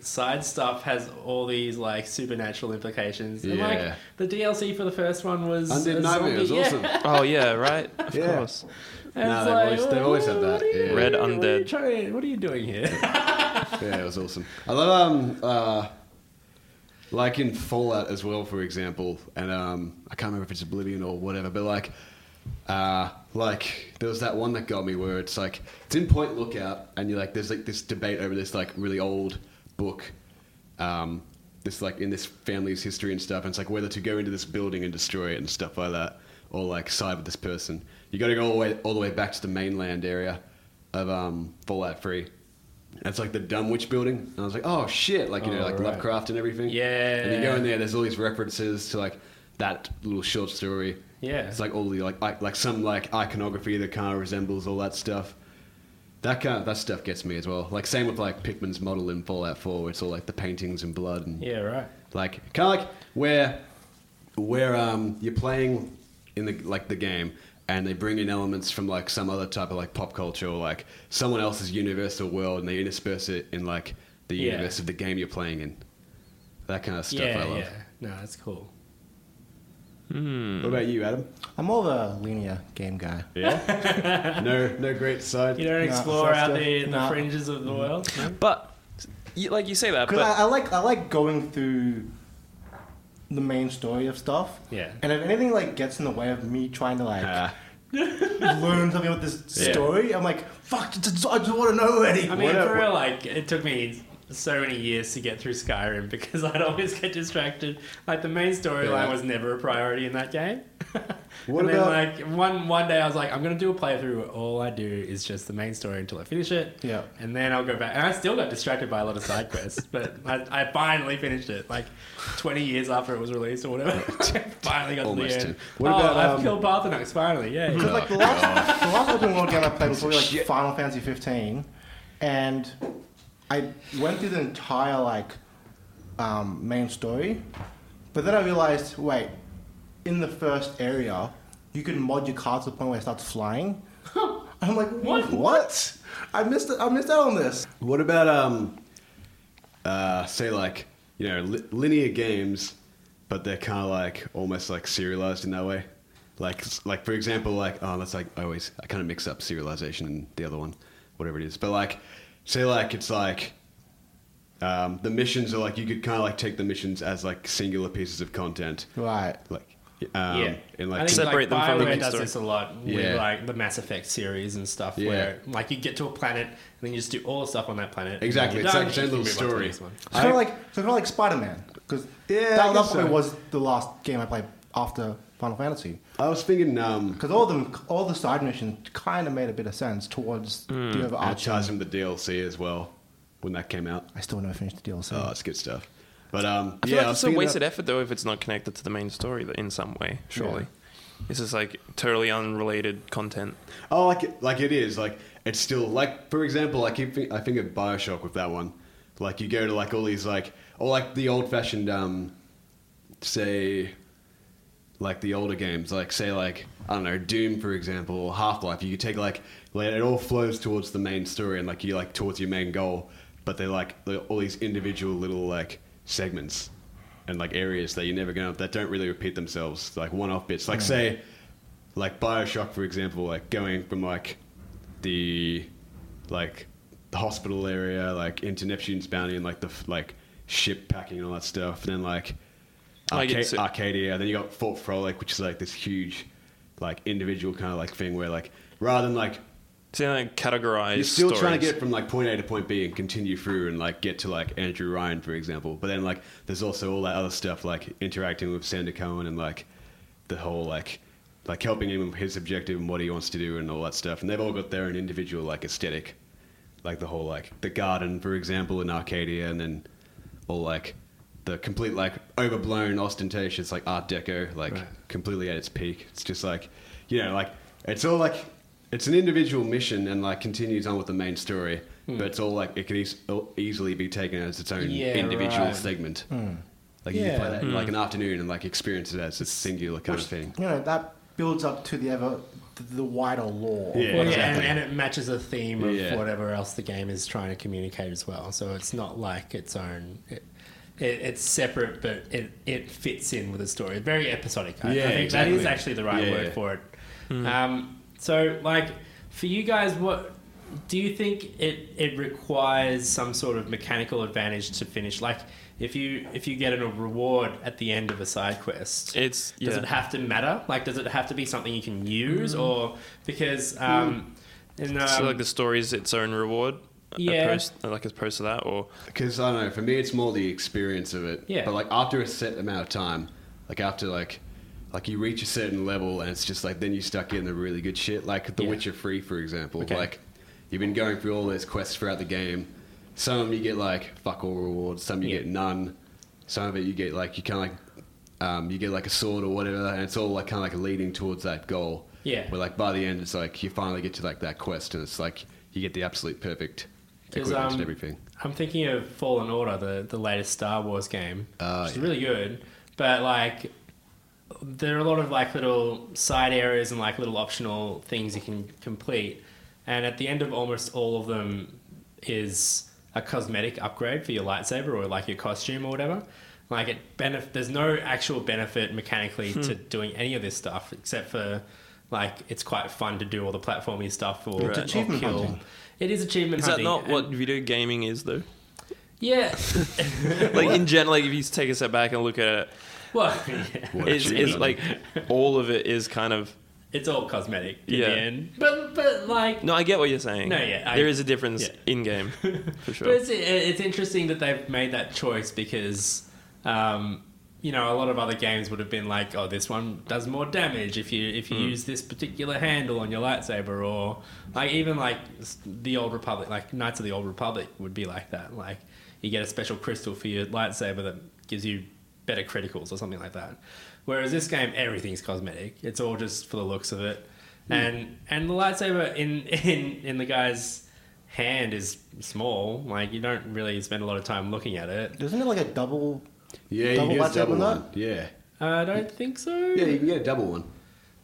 side stuff has all these like supernatural implications. And like Yeah. the DLC for the first one was Undead a Nightmare zombie- is yeah. awesome. oh yeah, right. Of Yeah. course. And Nah, it's they've like, always- they've always had what that, are you- yeah. Red What are you Undead. trying- what are you doing here? yeah, it was awesome. I love um uh, like in Fallout as well, for example, and um I can't remember if it's Oblivion or whatever, but like uh like there was that one that got me where it's like it's in Point Lookout and you're like there's like this debate over this like really old book. Um this like in this family's history and stuff, and it's like whether to go into this building and destroy it and stuff like that, or like side with this person. You got to go all the way all the way back to the mainland area of um, Fallout Free. That's like the Dumb Witch building. And I was like, oh shit, like, you know, Oh, like right. Lovecraft and everything. Yeah. And you go in there, there's all these references to like that little short story. Yeah. It's like all the like, I, like some like iconography that kind of resembles all that stuff. That kind of, that stuff gets me as well. Like same with like Pickman's model in Fallout 4 where it's all like the paintings and blood and Yeah, right. like kind of like where where um you're playing in the like the game and they bring in elements from like some other type of like pop culture or like someone else's universe or world and they intersperse it in like the Yeah. universe of the game you're playing in that kind of stuff yeah, i love yeah. No, that's cool. what about you adam I'm more of a linear game guy. yeah no no great side You don't Nah, explore that's out the- the, the nah. Mm. fringes of the world. no? But you, like you say that, Because but I, I like I like going through the main story of stuff. Yeah. And if anything like gets in the way of me trying to like Ah, learn something about this Yeah. story, I'm like, fuck, I just, I just want to know already. I mean, What a- for real, like it took me so many years to get through Skyrim because I'd always get distracted. Like the main storyline Yeah. was never a priority in that game. What and about- then like one one day I was like, I'm gonna do a playthrough where all I do is just the main story until I finish it. Yeah. And then I'll go back. And I still got distracted by a lot of side quests, but I, I finally finished it. Like 20 years after it was released or whatever. finally got Almost to the ten. end. What oh, about, I've um, killed Parthenox finally. Yeah. Because like the last, the last open world game I played was probably like Final Fantasy 15, and I went through the entire like um, main story, but then I realized, wait, in the first area, you can mod your car to the point where it starts flying. I'm like, what? What? I missed it. I missed out on this. What about um, uh, say like you know li- linear games, but they're kind of like almost like serialized in that way. Like like for example, like oh that's like I always I kind of mix up serialization and the other one, whatever it is. But like say like it's like um, the missions are like you could kind of like take the missions as like singular pieces of content. Right. Like um, yeah, and like I think Separate like, them from the Bioware main does story. this a lot Yeah. with like the Mass Effect series and stuff, Yeah. where like you get to a planet and then you just do all the stuff on that planet. and exactly then it's you're like its done, own you little can move on to the story. next one. So kind of like so kind of like Spider-Man, because Yeah, I that, that guess probably so. was the last game I played after Final Fantasy. I was thinking um, Because all them, all the side missions kind of made a bit of sense towards Hmm. the overarching. advertising the DLC as well when that came out. I still never finished the DLC. Oh, that's good stuff. But um, I feel yeah, like I it's was a thinking wasted about- effort though if it's not connected to the main story th- in some way. Surely, this is like totally unrelated content. Oh, like it, like it is. Like it's still like for example, I keep think, I think of Bioshock with that one. Like you go to like all these like or like the old fashioned um, say, like the older games. Like say like I don't know Doom for example or Half Life. You could take like, like it all flows towards the main story and like you like towards your main goal. But they're like they're all these individual little like segments and like areas that you're never gonna that don't really repeat themselves. Like one off bits. Like say like Bioshock, for example, like going from like the like the hospital area, like into Neptune's Bounty, and like the f- like ship packing and all that stuff, and then like I get Arca- to- Arcadia, and then you got Fort Frolic, which is like this huge like individual kind of like thing where like rather than like It's in like categorized. you're still trying to stories. get from like point A to point B and continue through and like get to like Andrew Ryan, for example. But then like there's also all that other stuff like interacting with Sander Cohen and like the whole like like helping him with his objective and what he wants to do and all that stuff. And they've all got their own individual like aesthetic, like the whole like the garden, for example, in Arcadia, and then all like the complete like overblown ostentatious like art deco like completely at its peak it's just like you know like it's all like it's an individual mission and like continues on with the main story but it's all like it can eas- uh, easily be taken as its own Hmm. Yeah, individual right. Hmm. segment like you can play Yeah. Hmm. that in, like an afternoon and like experience it as a singular kind of thing you know that builds up to the ever the, the wider lore. Yeah. Well, yeah, and, exactly. and it matches the theme of Yeah. whatever else the game is trying to communicate as well. So it's not like its own. It, it, it's separate, but it, it fits in with the story. Very episodic. I, I Yeah, think that exactly. is actually the right Yeah. word for it. Um, so, like, for you guys, what do you think it, it requires some sort of mechanical advantage to finish? Like, if you if you get a reward at the end of a side quest, It's yeah. does it have to matter? Like, does it have to be something you can use, or because um, in um, Mm. Hmm. so like the story's its own reward. Yeah. Opposed, like as opposed to that, or Because I don't know. For me, it's more the experience of it. Yeah. But like after a set amount of time, like after like, like you reach a certain level, and it's just like then you start getting the really good shit. Like The Yeah. Witcher Free, for example. Okay. Like, you've been going through all those quests throughout the game. Some of them you get like fuck all rewards. Some you Yeah. get none. Some of it you get like you kind of like, um, you get like a sword or whatever, and it's all like kind of like leading towards that goal. Yeah. Where like by the end, it's like you finally get to like that quest, and it's like you get the absolute perfect Is, equipment um, and everything. I'm thinking of Fallen Order, the, the latest Star Wars game. Oh, Ah, which is really good. But like there are a lot of like little side areas and like little optional things you can complete. And at the end of almost all of them is a cosmetic upgrade for your lightsaber or like your costume or whatever. Like it benef- there's no actual benefit mechanically Hmm. to doing any of this stuff except for like it's quite fun to do all the platformy stuff or, It's or achievement kill. hunting. It is achievement is that hunting. not and- what video gaming is though? Yeah. Like in general, like if you take a step back and look at it, well, yeah. What it's, achievement it's like all of it is kind of. it's all cosmetic in Yeah. the end. But but like No, I get what you're saying. No, yeah, I- there is a difference yeah. in game for sure. but it's it's interesting that they've made that choice because um, you know a lot of other games would have been like oh this one does more damage if you if you use this particular handle on your lightsaber or like even like s- the old republic like Knights of the Old Republic would be like that like you get a special crystal for your lightsaber that gives you better criticals or something like that. Whereas this game, everything's cosmetic. It's all just for the looks of it. And and the lightsaber in in in the guy's hand is small. Like you don't really spend a lot of time looking at it. Isn't it like a double? Yeah, Double you lightsaber get a double nut? one. Yeah, Uh, I don't think so. yeah, you can get a double one.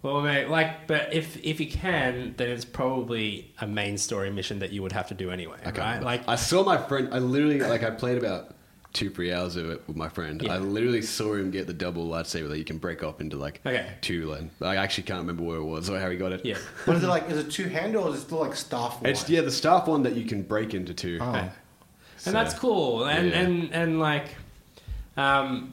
Well, mate, like, but if if you can, then it's probably a main story mission that you would have to do anyway, I can't right? remember. Like, I saw my friend. I literally like I played about two three hours of it with my friend. Yeah. I literally saw him get the double lightsaber that you can break up into like Okay. two. Like I actually can't remember where it was or how he got it. yeah, What is it like? Is it two handle or is it still like staff? it's yeah the staff one that you can break into two. Oh. and So- that's cool. And Yeah. and and like, um,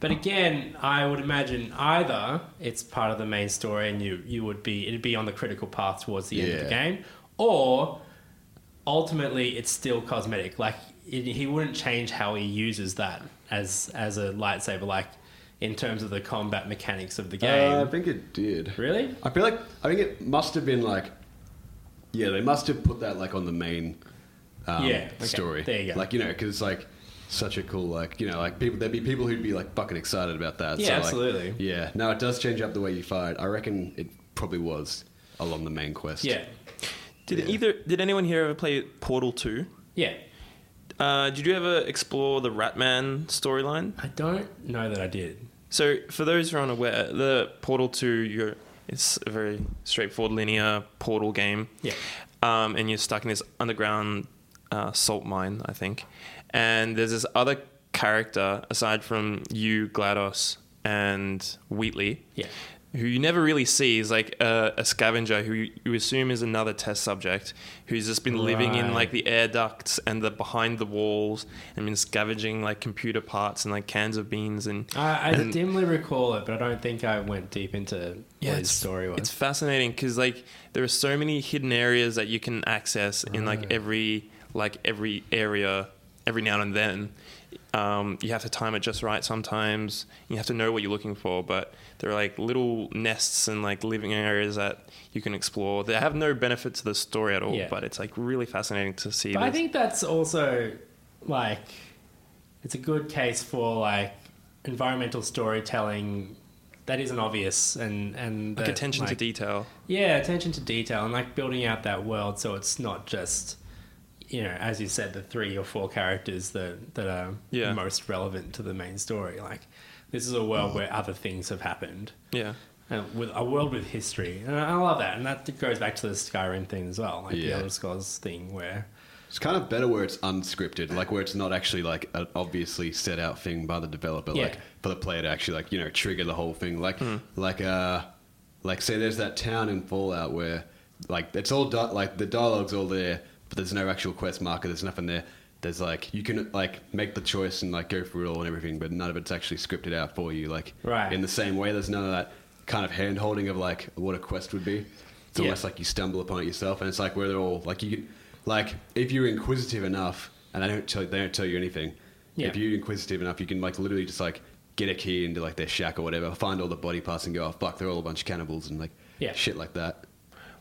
but again, I would imagine either it's part of the main story, and you you would be it'd be on the critical path towards the end of the Yeah. game, or ultimately it's still cosmetic. Like it, he wouldn't change how he uses that as as a lightsaber, like in terms of the combat mechanics of the game. Uh, I think it did. really? I feel like I think it must have been like, yeah, they must have put that like on the main, um, Yeah, okay. story. There you go. Like you know, because it's like such a cool like you know like people there'd be people who'd be like fucking excited about that. Yeah, so, like, absolutely. Yeah, no, it does change up the way you fight. I reckon it probably was along the main quest. Yeah. did yeah. either did anyone here ever play Portal Two? Yeah. Uh, did you ever explore the Ratman storyline? I don't know that I did. So, for those who are unaware, the Portal 2 you're, it's a very straightforward linear portal game. Yeah. Um, and you're stuck in this underground uh, salt mine, I think. And there's this other character, aside from you, GLaDOS, and Wheatley, Yeah. who you never really see, is like a, a scavenger who you assume is another test subject who's just been living in Right. like the air ducts and the behind the walls and been scavenging like computer parts and like cans of beans and I, I And- dimly recall it, but I don't think I went deep into what his it's- story was. It's fascinating because like there are so many hidden areas that you can access in like Right. every like every area every now and then. Um, you have to time it just right sometimes. You have to know what you're looking for, but there are like little nests and like living areas that you can explore. They have no benefit to the story at all, Yeah. but it's like really fascinating to see. But I this. think that's also like it's a good case for like environmental storytelling that isn't obvious and and like that, attention to like, detail. Yeah, attention to detail and like building out that world so it's not just you know, as you said, the three or four characters that that are Yeah. most relevant to the main story. Like this is a world where other things have happened. Yeah. Uh, with a world with history, and I I love that, and that goes back to the Skyrim thing as well, like the Yeah. Elder Scrolls thing, where It's kind of better where it's unscripted, like where it's not actually like an obviously set out thing by the developer, Yeah. Hmm. like for the player to actually like you know trigger the whole thing. Like like uh like say there's that town in Fallout where like it's all di- like the dialogue's all there, but there's no actual quest marker. There's nothing there. There's like you can like make the choice and like go for it all and everything, but none of it's actually scripted out for you. Like Right. in the same way, there's none of that kind of hand holding of like what a quest would be. It's Yeah. almost like you stumble upon it yourself, and it's like where they're all like you, like if you're inquisitive enough, and they don't tell, they don't tell you anything. Yeah. If you're inquisitive enough, you can like literally just like get a key into like their shack or whatever, find all the body parts, and go, oh fuck, they're all a bunch of cannibals and like Yeah. shit like that.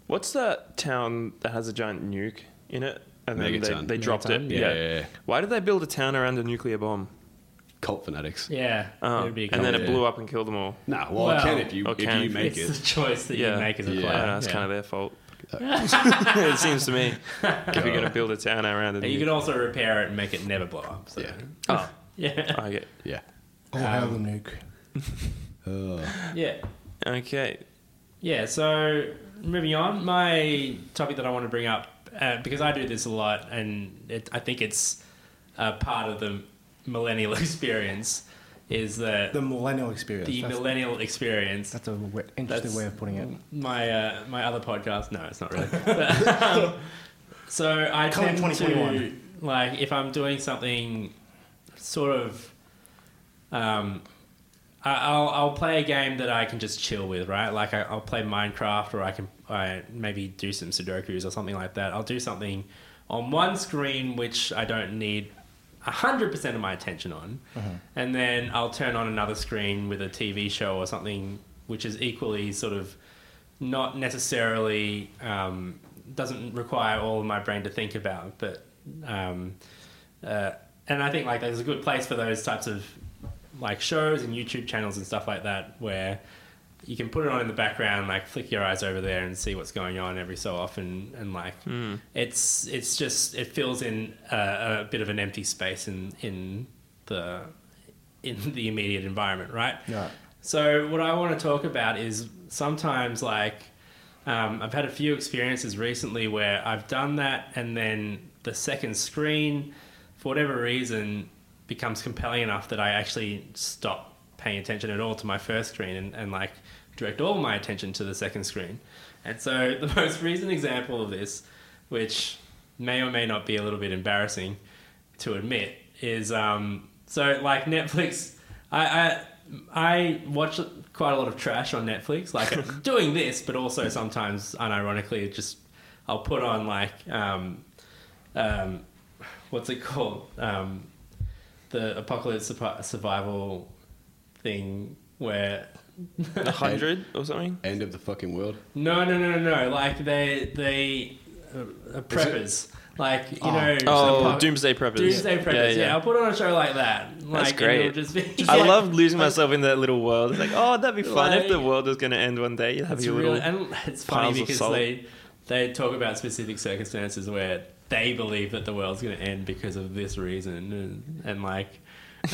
What's that town that has a giant nuke in it? And then Megaton. they, they dropped Megaton? it. Yeah, yeah, yeah. Why did they build a town around a nuclear bomb? Cult fanatics. Yeah, Um, it'd be and then cool. it yeah. blew up and killed them all. Nah, well, Well, I can if you I if can. you make it's it. the choice that Yeah. you make as a Yeah. player. I don't know, it's Yeah. kind of their fault. it seems to me. If you're going to build a town around a And you nuke. can also repair it and make it never blow up. So. Yeah, Oh, Yeah. I get. yeah. Oh, hell, the nuke. yeah. Okay. Yeah, so moving on, my topic that I want to bring up, uh, because I do this a lot, and it, I think it's uh, part of the millennial experience, is that The the, millennial experience. that's, millennial experience. that's a w- interesting that's- way of putting it. My uh, my other podcast, no, it's not really. um, so I Come in tend to 2021. like if I'm doing something, sort of. Um, I- I'll I'll play a game that I can just chill with, right? Like I, I'll play Minecraft, or I can I maybe do some Sudokus or something like that. I'll do something on one screen which I don't need hundred percent of my attention on, and then I'll turn on another screen with a TV show or something which is equally sort of not necessarily um, doesn't require all of my brain to think about, but um, uh, and I think like there's a good place for those types of like shows and YouTube channels and stuff like that where you can put it on in the background, like flick your eyes over there and see what's going on every so often, and like it's it's just it fills in a, a bit of an empty space in in the in the immediate environment, right? Yeah. So what I want to talk about is sometimes like um, I've had a few experiences recently where I've done that, and then the second screen, for whatever reason, becomes compelling enough that I actually stop paying attention at all to my first screen and, and like direct all my attention to the second screen. And so the most recent example of this, which may or may not be a little bit embarrassing to admit, is um, so like Netflix. I, I I watch quite a lot of trash on Netflix, like doing this, but also sometimes unironically, just I'll put on like um, um, what's it called um, the apocalypse survi- survival thing where A hundred or something? End of the fucking world. no, no, no, no, no. Like they, they, uh, uh, preppers. Like you Oh. know, Oh, some pub- Doomsday Preppers. Doomsday preppers. Yeah, yeah. I'll put on a show like that. Like, and great. it'll Just be, just I like- love losing myself in that little world. It's like, oh, that'd be fun if Like- the world was going to end one day. You'd have It's your really, little. and it's piles funny of because salt. they they talk about specific circumstances where they believe that the world's going to end because of this reason, and, and like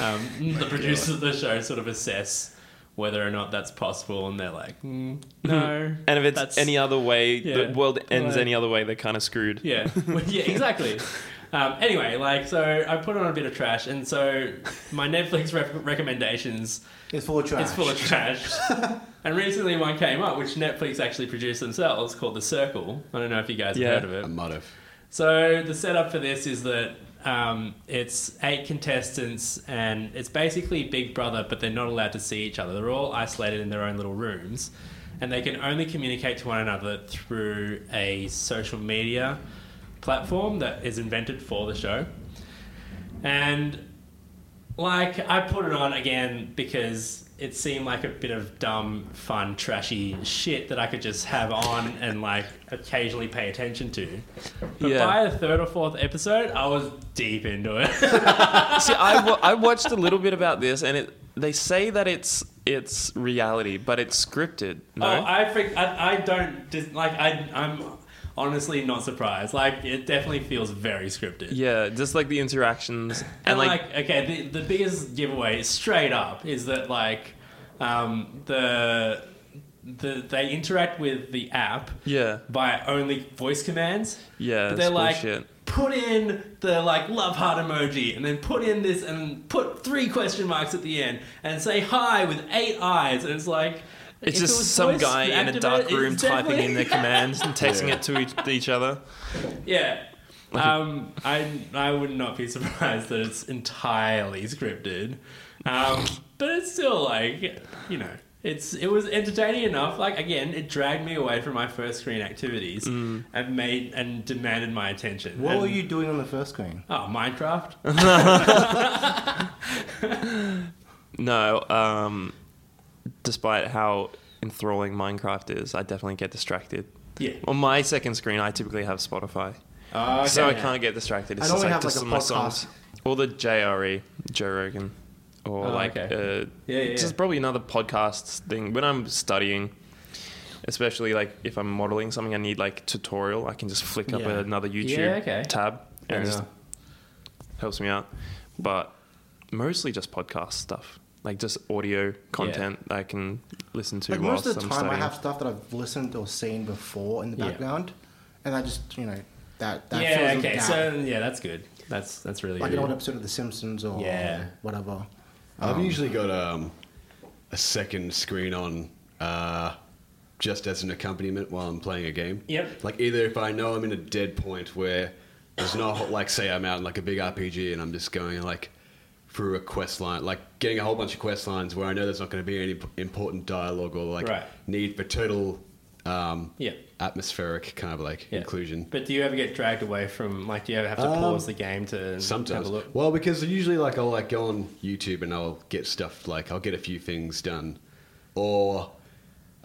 um, the producers of the show sort of assess whether or not that's possible, and they're like, mm, no. And if it's that's- any other way, yeah. the world ends Like- any other way, they're kind of screwed. Yeah, Well, yeah, exactly. Um, anyway, like, so I put on a bit of trash, and so my Netflix rep- recommendations It's full of trash. it's full of trash. and recently one came up, which Netflix actually produced themselves, called The Circle. I don't know if you guys Yeah. have heard of I it. might have. So the setup for this is that um, it's eight contestants, and it's basically Big Brother, but they're not allowed to see each other. They're all isolated in their own little rooms, and they can only communicate to one another through a social media platform that is invented for the show. And like I put it on again because it seemed like a bit of dumb, fun, trashy shit that I could just have on and like occasionally pay attention to. But Yeah. by the third or fourth episode, I was deep into it. See, I, wa- I watched a little bit about this, and it they say that it's it's reality, but it's scripted. No, Oh, I, freak, I I don't dis- like I I'm honestly not surprised. Like it definitely feels very scripted. yeah, just like the interactions and, And, like, like, okay, the, the biggest giveaway straight up is that like um, the the they interact with the app yeah, by only voice commands. yeah. But it's they're like, bullshit. put in the like love heart emoji, and then put in this, and put three question marks at the end, and say hi with eight eyes, and it's like. It's If it just was some voice guy in a activated, dark room it's typing in definitely- their commands and texting it to each, each other. Yeah. Um, I I would not be surprised that it's entirely scripted, um, but it's still like you know it's it was entertaining enough. Like again, it dragged me away from my first screen activities and made and demanded my attention. What And- were you doing on the first screen? Oh, Minecraft. No, um, despite how enthralling Minecraft is, I definitely get distracted. Yeah. On my second screen, I typically have Spotify, Oh, okay. so I can't get distracted. It's I'd only just like have, like, just a my podcast. songs, or the JRE Joe Rogan, or Oh, like okay. uh, Yeah, yeah, just yeah. probably another podcast thing. When I'm studying, especially like if I'm modeling something, I need like tutorial. I can just flick up Yeah. another YouTube Yeah, okay. tab Fair and just enough. helps me out. But mostly just podcast stuff, like just audio content that I can listen to Like whilst most of the I'm time, I studying. have stuff that I've listened or seen before in the Yeah. background, and I just you know that that yeah. fills it Okay. down. So yeah, that's good. That's that's really like good. an old episode of The Simpsons or Yeah. whatever. I've usually got um, a second screen on uh, just as an accompaniment while I'm playing a game. Yep. Like either if I know I'm in a dead point where there's not like say I'm out in like a big RPG and I'm just going like through a quest line, like getting a whole bunch of quest lines where I know there's not going to be any important dialogue or like Right. need for total um, Yeah. atmospheric kind of like Yeah. inclusion. But do you ever get dragged away from like? Do you ever have to Um, pause the game to have Sometimes. a look? Well, because usually, like, I'll like go on YouTube and I'll get stuff like I'll get a few things done, or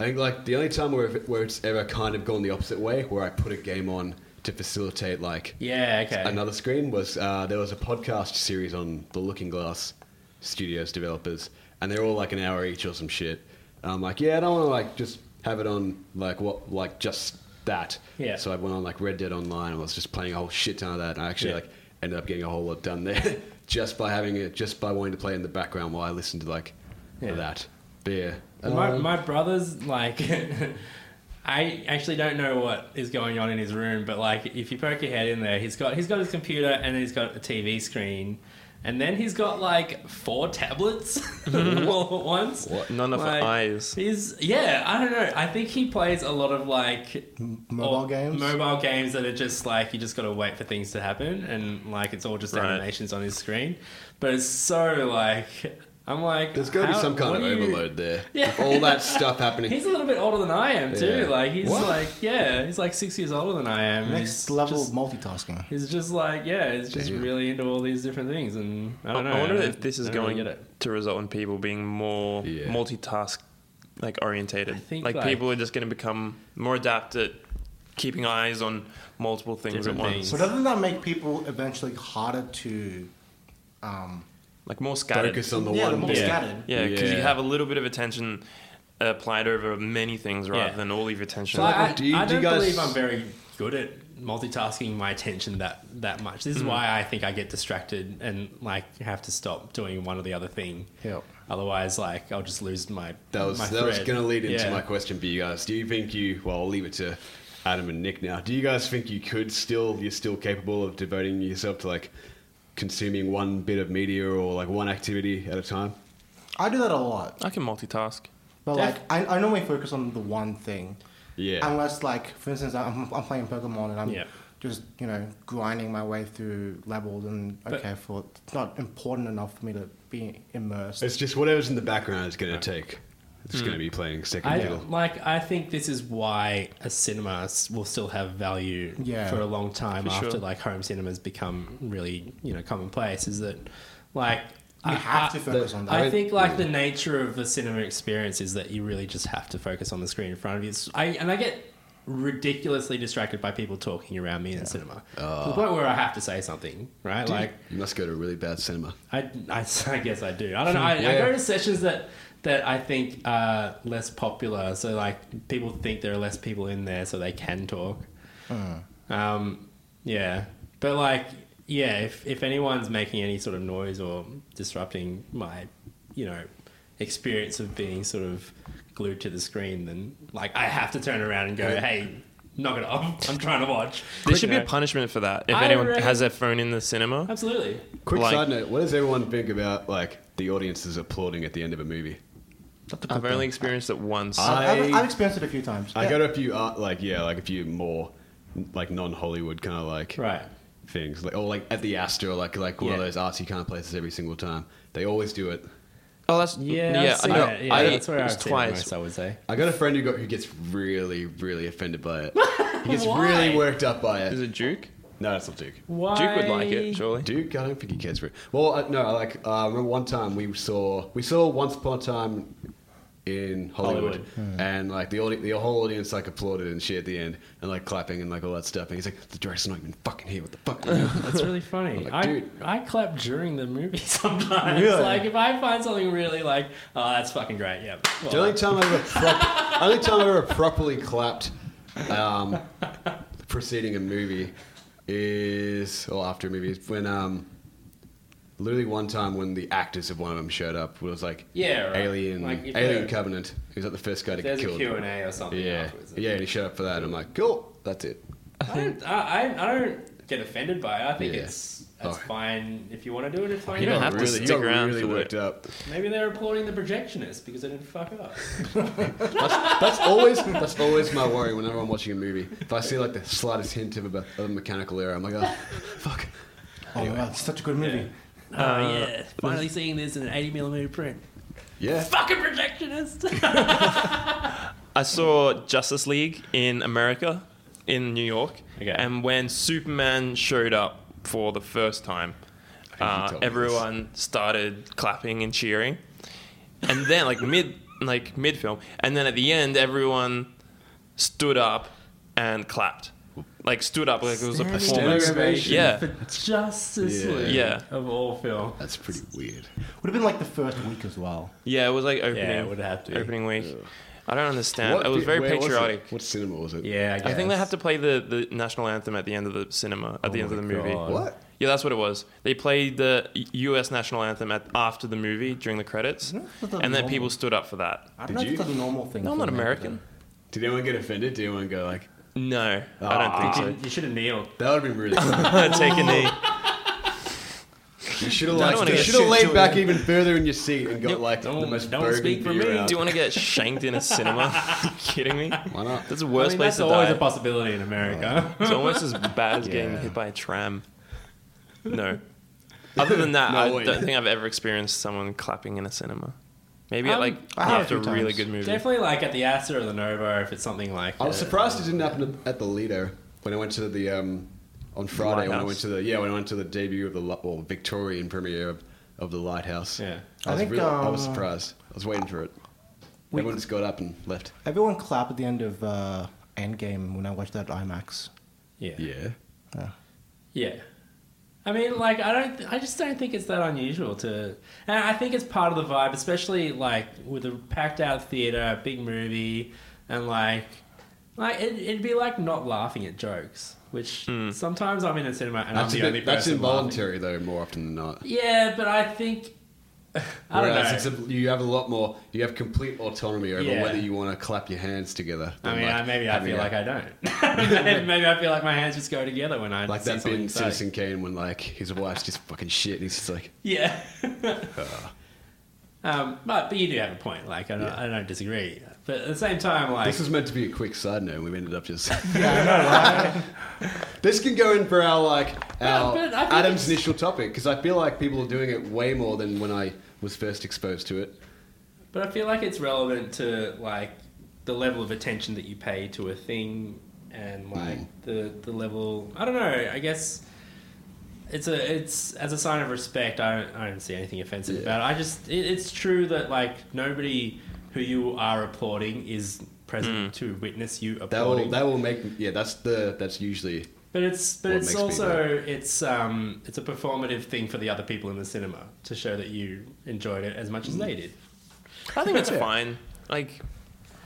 I think like the only time where where it's ever kind of gone the opposite way, where I put a game on to facilitate like Yeah. Okay. another screen was uh, there was a podcast series on the Looking Glass Studios developers, and they're all like an hour each or some shit. And I'm like, yeah, I don't want to like just have it on like what like just that. Yeah. So I went on like Red Dead Online and was just playing a whole shit ton of that, and I actually Yeah. like ended up getting a whole lot done there just by having it just by wanting to play in the background while I listened to like Yeah. that. But yeah. My, Um, my brother's like, I actually don't know what is going on in his room, but like, if you poke your head in there, he's got he's got his computer and then he's got a TV screen, and then he's got like four tablets all at once. What? None of Like, eyes. He's yeah, I don't know. I think he plays a lot of like Mobile or- games. mobile games that are just like you just got to wait for things to happen, and like it's all just Right. animations on his screen. But it's so like I'm like, there's got to be how- some kind what of do you- overload there. Yeah. With all that stuff happening. He's a little bit older than I am too. Yeah. Like he's What? like yeah, he's like six years older than I am. Next he's level Mm. Just, multitasking. he's just like yeah, he's just Damn. really into all these different things, and I I, don't know. I wonder don't- if this is I don't really going get it. to result in people being more Yeah. multitask, like orientated. I think, like, like- people are just going to become more adept at keeping eyes on multiple things at Different once, things. But doesn't that make people eventually harder to? Um, like more scattered. Focus on the yeah, one they're more yeah. scattered. Yeah, because you Yeah. have a little bit of attention applied over many things rather Yeah. than all of your attention. So I, do you- I do you don't guys- believe I'm very good at multitasking my attention that that much. Hmm. This is why I think I get distracted and like have to stop doing one or the other thing. Yeah. Otherwise, like I'll just lose my That was my that was thread. going to lead into Yeah. my question for you guys. Do you think you? Well, I'll leave it to Adam and Nick now. Do you guys think you could still? You're still capable of devoting yourself to like consuming one bit of media or like one activity at a time? I do that a lot, I can multitask. but Def- like I, I normally focus on the one thing. Yeah. Unless like, for instance, I'm, I'm playing Pokemon and I'm Yeah. just you know grinding my way through levels and But- okay for it's not important enough for me to be immersed. it's just whatever's in the background is going to take. It's going to be playing second Hmm. I fiddle. like. I think this is why a cinema s- will still have value Yeah. for a long time For after sure. like home cinemas become really you know commonplace. Is that like you I- have I- to focus on that. I think like the nature of the cinema experience is that you really just have to focus on the screen in front of you. It's- I and I get ridiculously distracted by people talking around me in the cinema to the point where I have to say something, right? Dude, like you must go to a really bad cinema. I, I, I guess I do. I don't know. I, I Yeah. go to sessions that that I think are less popular. So like people think there are less people in there, so they can talk. Hmm. Um, yeah, but like yeah, if if anyone's making any sort of noise or disrupting my, you know, experience of being sort of glued to the screen, then like I have to turn around and go, hey, knock it off. I'm trying to watch. There should be You a know? punishment for that. If I anyone reckon- has their phone in the cinema, Absolutely. Quick Like- side note: What does everyone think about like the audiences applauding at the end of a movie? I've only experienced it once. I- I've, I've, I've experienced it a few times. I Yeah. go to a few art, like yeah, like a few more like non-Hollywood kind of like Right. things, like or like at the Astor, like like one of Yeah. those artsy kind of places every single time. They always do it. oh, that's Yeah, yeah. I've seen I know. it. yeah, I, that's where it I've was seen it the twice. most, I would say. I got a friend who got who gets really really offended by it. He gets Why? really worked up by Is it. it Duke? No, it's not Duke. Why? Duke would like it, surely. Duke, I don't think he cares for it. Well, I, no, like uh, I remember one time we saw we saw Once Upon a Time in Hollywood, and like the audi- the whole audience like applauded and shit at the end, and like clapping and like all that stuff. And he's like, the director's not even fucking here. What the fuck? That's really funny. Like, I, dude. I clap during the movie sometimes. Really? Like if I find something really like, oh, that's fucking great. Yeah. Well, The only time I ever prop- only time I ever properly clapped um, preceding a movie is or after a movie is when um literally one time when the actors of one of them showed up it was like Yeah, right. alien Like, if alien they're- covenant he was like the first guy to get there's a killed Q and A or something. yeah Afterwards. yeah and he showed up for that and I'm like cool that's it I don't, I, I- I don't get offended by it. I think Yeah. it's that's Oh. fine if you want to do it. It's fine. You don't Yeah. have to really, he stick got around really for the- worked up Maybe they're applauding the projectionist because they didn't fuck up. Uh, That's always that's always my worry whenever I'm watching a movie. If I see like the slightest hint of a, of a mechanical error, I'm like, oh, fuck. Oh, wow, it's such a good movie. Oh yeah! Finally seeing this in an 80 millimeter print. Yeah. Fucking projectionist. I saw Justice League in America, in New York, Okay. and when Superman showed up for the first time, you uh, told me everyone started clapping and cheering, and then like mid like mid film, and then at the end, everyone stood up and clapped, like stood up like it was a Standing performance. ovation. Yeah, For Justice Yeah. League Yeah. of all film. That's pretty weird. Would have been like the first week as well. yeah, it was like opening Yeah, it would have to. Be. opening week. I don't understand. it was thi- very where was it? patriotic. What cinema was it? Yeah, I think they have to play the, the national anthem at the end of the cinema, at the Oh end of the movie. What? Yeah, that's what it was. They played the U.S. national anthem at, after the movie during the credits, Isn't that the and then normal? people stood up for that. I Did don't know you? if it's a normal thing. No, I'm for not America. American. Did anyone get offended? Did anyone go like, No, Ah. I don't You, think you should have kneeled. that would have been really cool. so. Take a knee. You should have Don't like, wanna you get should have shit laid to back it. even further in your seat and got Nope. like the Don't- most don't burgundy speak for me. around. Do you want to get shanked in a cinema? Are you kidding me? Why not? That's the I worst mean, place that's to always die. a possibility in America. it's almost as bad as getting Yeah. hit by a tram. No. Other than that, No, I wait. don't think I've ever experienced someone clapping in a cinema. Maybe at Um, like I have a after a few really times. good movie. Definitely like at the Astor or the Novo if it's something like. I was that. surprised it didn't happen at the Lido when I went to the um, on Friday when I Lighthouse. went to the yeah when I went to the debut of the li- well Victorian premiere of, of the Lighthouse. Yeah. I, I was think, real, I was uh, surprised. I was waiting for it. we- Everyone just got up and left. Everyone clapped at the end of uh, Endgame when I watched that IMAX. Yeah. yeah. Yeah. I mean, like, I don't. I just don't think it's that unusual to. And I think it's part of the vibe, especially like with a packed out theater, big movie, and like, like it, it'd be like not laughing at jokes, which Hmm. sometimes I'm in a cinema and That's, a I'm the bit- only that's person laughing. involuntary though, more often than not. Yeah, but I think I don't Whereas know. it's a, you have a lot more, you have complete autonomy over Yeah. whether you want to clap your hands together. I than, mean, I, maybe I having feel a- like I don't. maybe I feel like my hands just go together when I like see that bit something in exciting. Citizen Kane when like his wife's just fucking shit and he's just like, Yeah. Uh. um, but but you do have a point. Like I don't, I don't disagree. But at the same time, like this was meant to be a quick side note. and We've ended up just. this can go in for our like our but I think Adam's it's- initial topic because I feel like people are doing it way more than when I was first exposed to it. But I feel like it's relevant to like the level of attention that you pay to a thing and like Mm. the the level I don't know, I guess it's a it's as a sign of respect I don't I don't see anything offensive Yeah. about it. I just it, it's true that like nobody who you are applauding is present to witness you That will applauding. that will make yeah. That's the that's usually But it's but What it's makes me also it's um it's a performative thing for the other people in the cinema to show that you enjoyed it as much as Mm. they did. I think it's Yeah. fine. Like,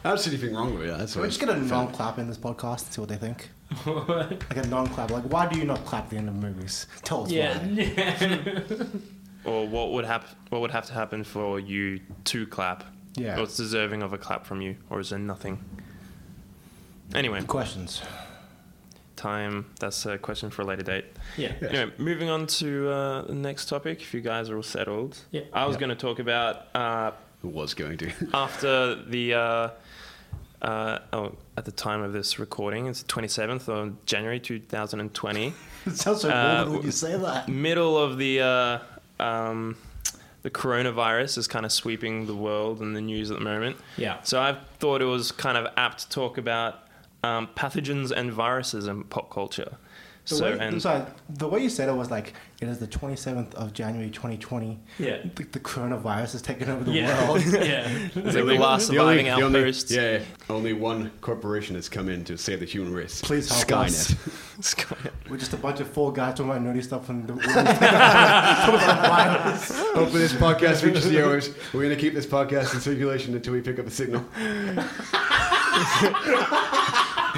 I don't see anything wrong with it. That's Can we what I just get a found. non-clap in this podcast and see what they think? Like a non-clap. Like, why do you not clap at the end of movies? Tell us why. yeah. or what would hap- What would have to happen for you to clap? Yeah. What's deserving of a clap from you, or is there nothing? Anyway, Questions. time. That's a question for a later date. yeah. Anyway, moving on to uh, the next topic. If you guys are all settled, Yeah. I was Yep. going to talk about uh, was going to. after the uh, uh, oh, at the time of this recording, it's 27th of January 2020, It sounds so Uh, morbid when you say that. middle of the uh, um, the coronavirus is kind of sweeping the world and the news at the moment. Yeah. So I thought it was kind of apt to talk about um, pathogens and viruses in pop culture. The, so way, and sorry, the way you said it was like, it is the 27th of January 2020. Yeah. The, the coronavirus has taken over the yeah. world. yeah. It's like the last surviving outposts. Only, yeah, only one corporation has come in to save the human race. Please help Skynet. us. It's kind of- We're just a bunch of four guys talking about nerdy stuff and the talking about virus. Hopefully, this podcast reaches the airwaves. We're going to keep this podcast in circulation until we pick up a signal.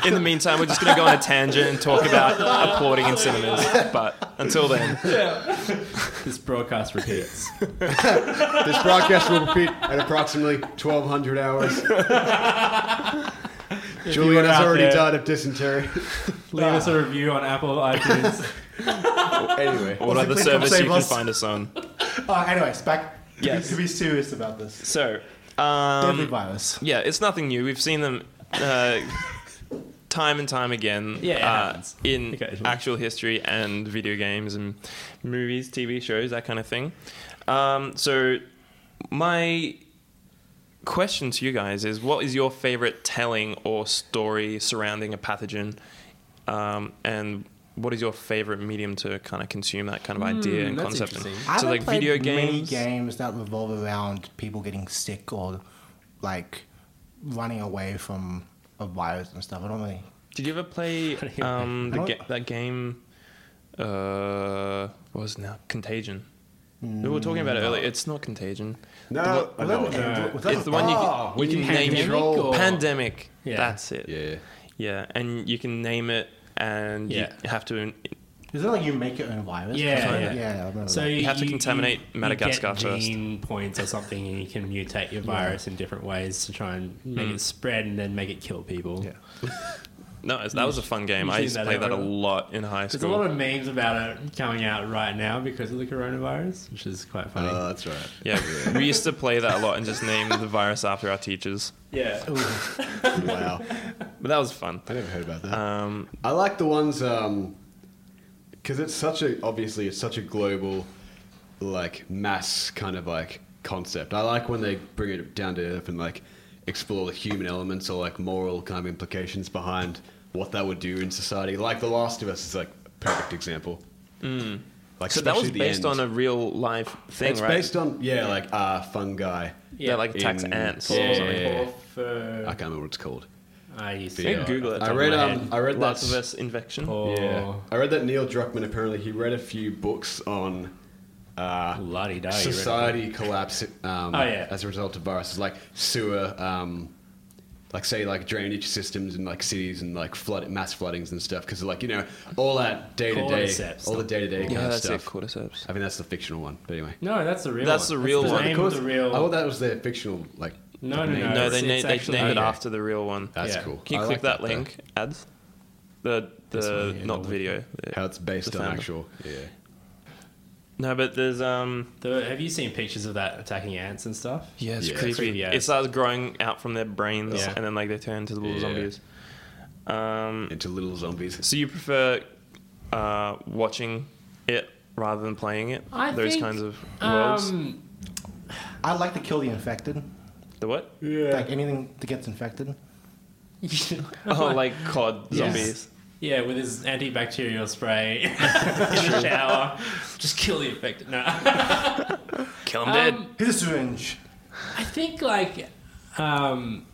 In the meantime, we're just going to go on a tangent and talk about applauding in cinemas. But until then, This broadcast repeats. This broadcast will repeat at approximately 1200 hours. Julian were has out already there- died of dysentery. Leave us a review on Apple iTunes. anyway, what other please come service you save can us. find us on? Uh, anyways, back to be- Yes. to be serious about this. So, Deadly um, virus. yeah, it's nothing new. We've seen them uh, time and time again Yeah, it uh, happens. in Occasionally. actual history and video games and movies, TV shows, that kind of thing. Um, so, my question to you guys is what is your favorite telling or story surrounding a pathogen? Um, and what is your favorite medium to kind of consume that kind of idea and Hmm, that's concept? in? interesting. So, haven't like played video many games. games that revolve around people getting sick or like running away from a virus and stuff. I don't really. Did you ever play don't um, the know. ga- that game? Uh, what was it now Contagion? we were talking about it earlier. It's not Contagion. Uh, no, I know. that- no. was that It's a- the one you can, Oh, you can Pandemic name it. or- Pandemic. Yeah. That's it. Yeah, Yeah, and you can name it, and Yeah. you have to. Is it like you make your own virus? Yeah, That's right. yeah. yeah. I remember So that. You have to contaminate Madagascar you get first. Gene points or something, and you can mutate your virus in different ways to try and make it spread and then make it kill people. Yeah. No, it's- that was a fun game. You've I seen used to that play that a everywhere. lot in high There's a lot school. of memes about it coming out right now because of the coronavirus, which is quite funny. Uh, that's right. Yeah, we used to play that a lot and just name the virus after our teachers. yeah. Wow. But that was fun. I never heard about that. Um, I like the ones um 'cause because it's such a obviously it's such a global like mass kind of like concept. I like when they bring it down to earth and like explore the human elements or like moral kind of implications behind what that would do in society. Like The Last of Us is like a perfect example. Like Mm. so that was especially the based end. on a real life thing, it's right? based on yeah, like uh, fungi. Yeah, like attacks in- ants. Yeah. or something. I can't remember what it's called. I used to You Yeah. can Google it. Oh, I read, Top of my um, head. I read Last that's- of Us Infection. Or Yeah, I read that Neil Druckmann apparently he read a few books on uh, bloody day. society collapse um, Oh, yeah. as a result of viruses, like sewer, um, like say like drainage systems in like cities and like flood mass floodings and stuff. Because like you know all that day to day, Cordyceps. all the day to day kind yeah, of that's it. stuff. Cordyceps. I mean that's the fictional one, but anyway. No, that's the real. That's one. the real the one. Name Because- of the real. I thought that was the fictional like. no, no, name. no. No, it's- they na- it's they actually- named it okay. after the real one. That's Yeah. cool. Can you I click like that, though. link? Ads. The the one, yeah, not the the video. How it's based The on founder. actual. Yeah. No, but there's um. The, have you seen pictures of that attacking ants and stuff? Yeah, it's Yeah. creepy. Creepy, yeah. It starts growing out from their brains, Yeah. and then like they turn into little Yeah. zombies. Um. Into little zombies. So you prefer uh, watching it rather than playing it? I Those think, kinds of worlds. Um, I like to kill the infected. the what? yeah. Like anything that gets infected. Oh, like COD Yes. zombies. yeah, with his antibacterial spray in the shower, just kill the infected. No, Kill 'em dead. um, Here's a syringe. I think like, um,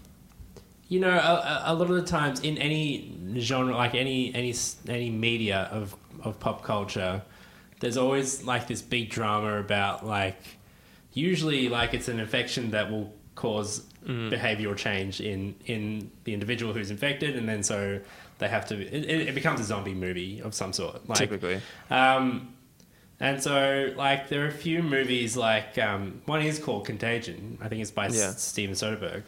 you know, a- a, a lot of the times in any genre, like any any s- any media of of pop culture, there's always like this big drama about like, usually like it's an infection that will cause behavioral change in in the individual who's infected, and then so they have to. It, it it becomes a zombie movie of some sort. Like, Typically. Um, and so, like, there are a few movies, like, um, one is called Contagion. I think it's by S- Yeah. Steven Soderbergh,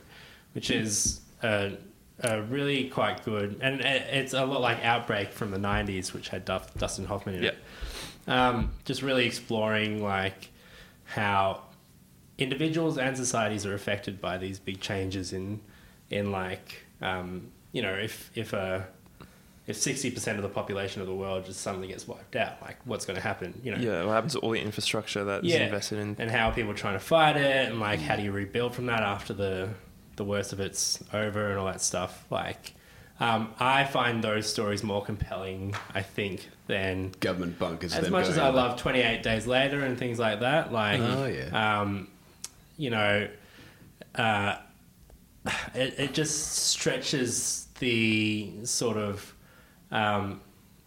which is a, a really quite good. And it- it's a lot like Outbreak from the 90s, which had Duff, Dustin Hoffman in it. Um, just really exploring, like, how individuals and societies are affected by these big changes in in like um, you know if if a if sixty percent of the population of the world just suddenly gets wiped out, like what's going to happen? You know, Yeah, what happens to all the infrastructure that's invested in? Mm. and how are people trying to fight it and like how do you rebuild from that after the the worst of it's over and all that stuff like um, I find those stories more compelling I think than Government bunkers. as them much as going I in. love 28 days later and things like that like Oh, yeah. um, you know uh, it, it just stretches the sort of um,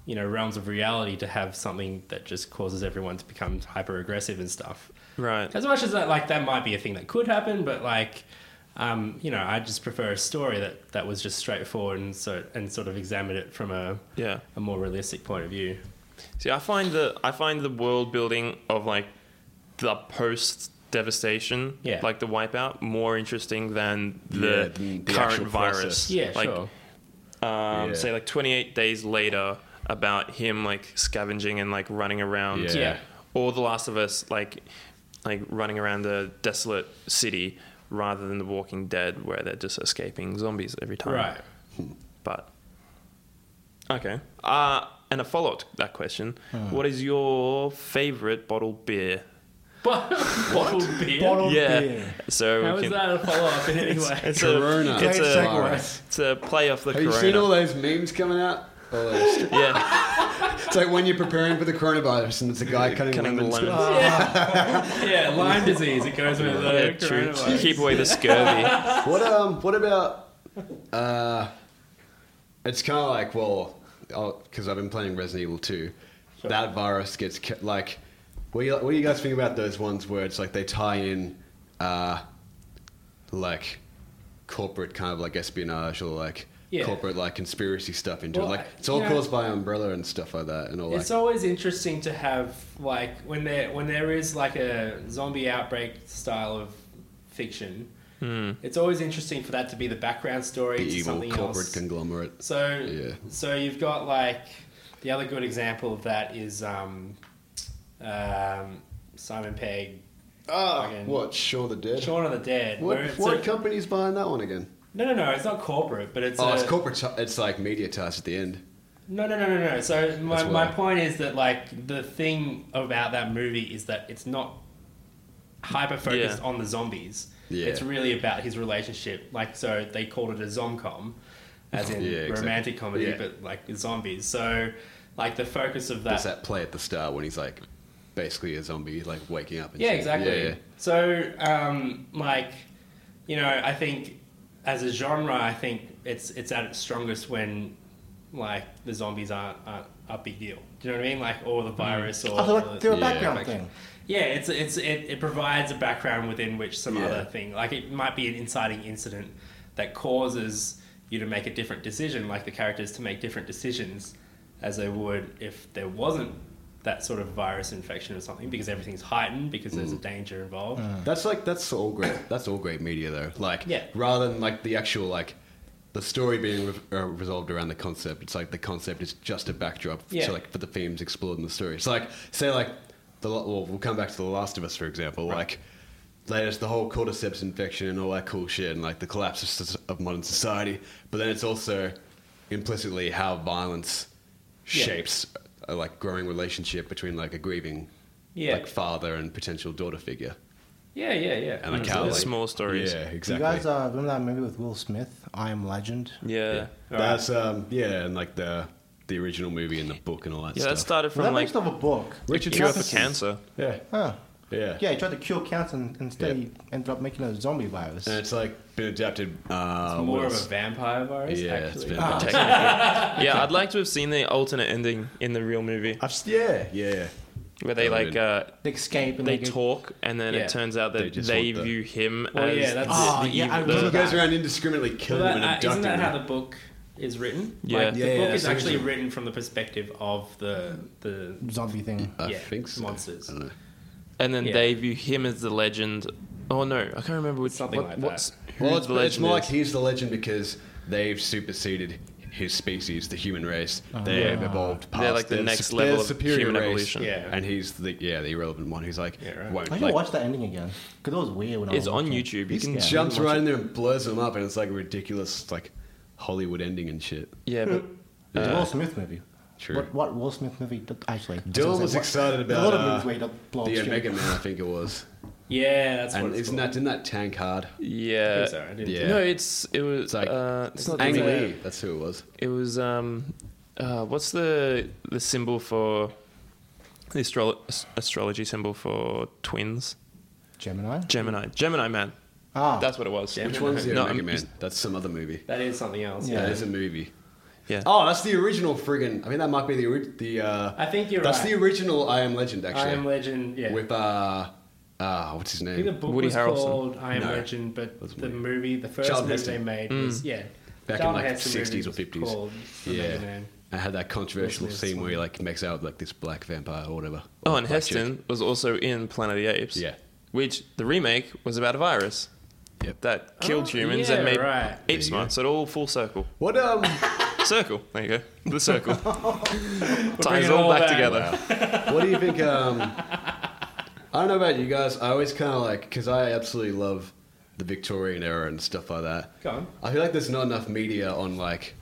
you know realms of reality to have something that just causes everyone to become hyper aggressive and stuff Right. as much as that, like that might be a thing that could happen, but like, um, you know, I just prefer a story that that was just straightforward and so and sort of examined it from a Yeah. a more realistic point of view. See, I find the I find the world building of like the post devastation, Yeah. like the wipeout, more interesting than Yeah, the, the- the actual current virus. process. Yeah, like, sure. Um, Yeah. Say like 28 days later, about him like scavenging and like running around. Yeah. Yeah. Or The Last of Us, like like running around a desolate city rather than The Walking Dead, where they're just escaping zombies every time. Right. But okay. Uh, and a follow up to that question: What is your favorite bottled beer? But bottled beer. Bottled yeah. beer. So How we is can. that a follow up in any It's, way? it's Corona. A, it's, Great a, segue. it's a play off the Have you Corona. seen all those memes coming out? All those- yeah, it's like when you're preparing for the coronavirus and it's a guy cutting, cutting the lemons. lemons. yeah, Lyme disease. It goes with the Yeah, true. coronavirus. Keep away the scurvy. What um? What about? Uh, it's kind of like well, because I've been playing Resident Evil Two. That virus gets ca- like. What do, you, what do you guys think about those ones where it's like they tie in, uh, like, corporate kind of like espionage or like Yeah. corporate like conspiracy stuff into Well, it? Like I- it's all you know- caused by Umbrella and stuff like that and all It's that. always interesting to have like when there when there is like a zombie outbreak style of fiction. Hmm. It's always interesting for that to be the background story The to evil something corporate else. conglomerate. so Yeah. so you've got like the other good example of that is um, um, Simon Pegg, Ah, Fucking- what? Shaun of the Dead. Shaun of the Dead. what where it's what a- company's behind that one again? no, no, no. It's not corporate, but it's oh, a, it's corporate. ti it's like media ties at the end. No, no, no, no, no. So my, That's my why. point is that like the thing about that movie is that it's not hyper focused Yeah. on the zombies. Yeah. It's really about his relationship. Like so they called it a zomcom, as in Yeah, exactly. romantic comedy, Yeah. but like zombies. So like the focus of that. There's that play at the start when he's like basically a zombie, he's, like waking up. And yeah, shit. exactly. Yeah, yeah. So um, like you know, I think as a genre, I think it's it's at its strongest when like the zombies aren't, aren't a big deal. Do you know what I mean? Like or the virus or I thought like, they're a Mm. Yeah. background Like- thing. yeah, it's it's it, it provides a background within which some Yeah. other thing like it might be an inciting incident that causes you to make a different decision, like the characters to make different decisions as they would if there wasn't that sort of virus infection or something because everything's heightened because there's a Mm. danger involved. That's like that's all great. That's all great media though. Like Yeah. rather than like the actual like the story being re- uh, resolved around the concept. It's like the concept is just a backdrop Yeah. to like for the themes explored in the story. It's like say like the lo- well, we'll come back to the Last of Us for example. Like latest the whole cordyceps infection and all that cool shit and like the collapse of, soc- of modern society. But then it's also implicitly how violence Yeah. shapes a like growing relationship between like a grieving Yeah. like father and potential daughter figure. Yeah, yeah, yeah. And I The can't like- small stories. Mm. Yeah, Yeah. exactly. You guys uh, remember that movie with Will Smith, I Am Legend? Yeah, That's um, yeah, and like the the original movie and the book and all that that stuff. started Well, from that like based off a book. Richard cure for Dawkins- cancer. yeah, Huh. yeah, Yeah, he tried to cure cancer and instead Yeah. he ended up making a zombie virus. Uh, And it's like been adapted. Uh, It's more what of a else? vampire virus, yeah, it's actually. been Ah. adapted. Technically. Yeah, I'd like to have seen the alternate ending in the real movie I've s- yeah, yeah, yeah. where they like uh, they escape and they get- talk and then Yeah. it turns out They that they, just want the- view him Well, as yeah, that's- the, Oh, the yeah, I evil- remember He the- that. goes around indiscriminately killing Well, that- them uh, and abducting isn't that how them. the book is written? Yeah. Like, the Yeah, book yeah, is that's actually original. written from the perspective of the the zombie thing. I yeah, think so. monsters. I don't know. and then Yeah. they view him as the legend. Oh no, I can't remember which Something what, like what's that. who Well, it's, the it's legend more like is. he's the legend because they've superseded his species, the human race, they have evolved past. Uh-huh. They're like the su- next they're level the of human evolution. Yeah. and he's the yeah the irrelevant one who's like Yeah, right. won't I should like, watch that ending again because it was weird when I It's was on watching it. YouTube. He You can Yeah. jumps watch right it. in there and blurs them up, and it's like a ridiculous like Hollywood ending and shit. yeah, but It's a Will Smith movie. True. What, what Will Smith movie? Did, actually, Dylan was excited a about lot of uh, movies where he does blow up the shit. Omega Man, I think it was. Yeah, that's what and it's isn't called. that didn't that tank hard? yeah. Sorry, I didn't- Yeah. No, it's it was It's like- uh, it's not Ang the- Lee, that's who it was. It was um, uh, what's the the symbol for the astro- astrology symbol for twins? Gemini. Gemini, Gemini man. Ah, That's what it was. Gemini. Which one's the No, Omega I'm- Man? That's some other movie. That is something else. Yeah. Yeah. That is a movie. Yeah. Oh, that's the original friggin'. I mean, that might be the ori- the. Uh, I think you're that's right. the original I Am Legend, actually. I am Legend. Yeah. With uh, uh, what's his I think the name? book Woody was Harrelson. called I Am No. Legend, but That's the weird. movie, the first Charlton movie Heston. they made Mm. was yeah. Back in, Charlton like, Heston 60s or movie was 50s. called Yeah. Omega Man. I had that controversial Will Smith's scene where he like makes out with, like this black vampire or whatever. Oh, Or and black chick. Heston was also in Planet of the Apes. Yeah. Which the remake was about a virus Yep. that killed Oh, humans yeah, and made right. apes There you go. smart. So it all full circle. What um? Circle. There you go. The circle ties bringing it all all back back. together. what do you think? Um, I don't know about you guys. I always kind of like because I absolutely love the Victorian era and stuff like that. Go on. I feel like there's not enough media on like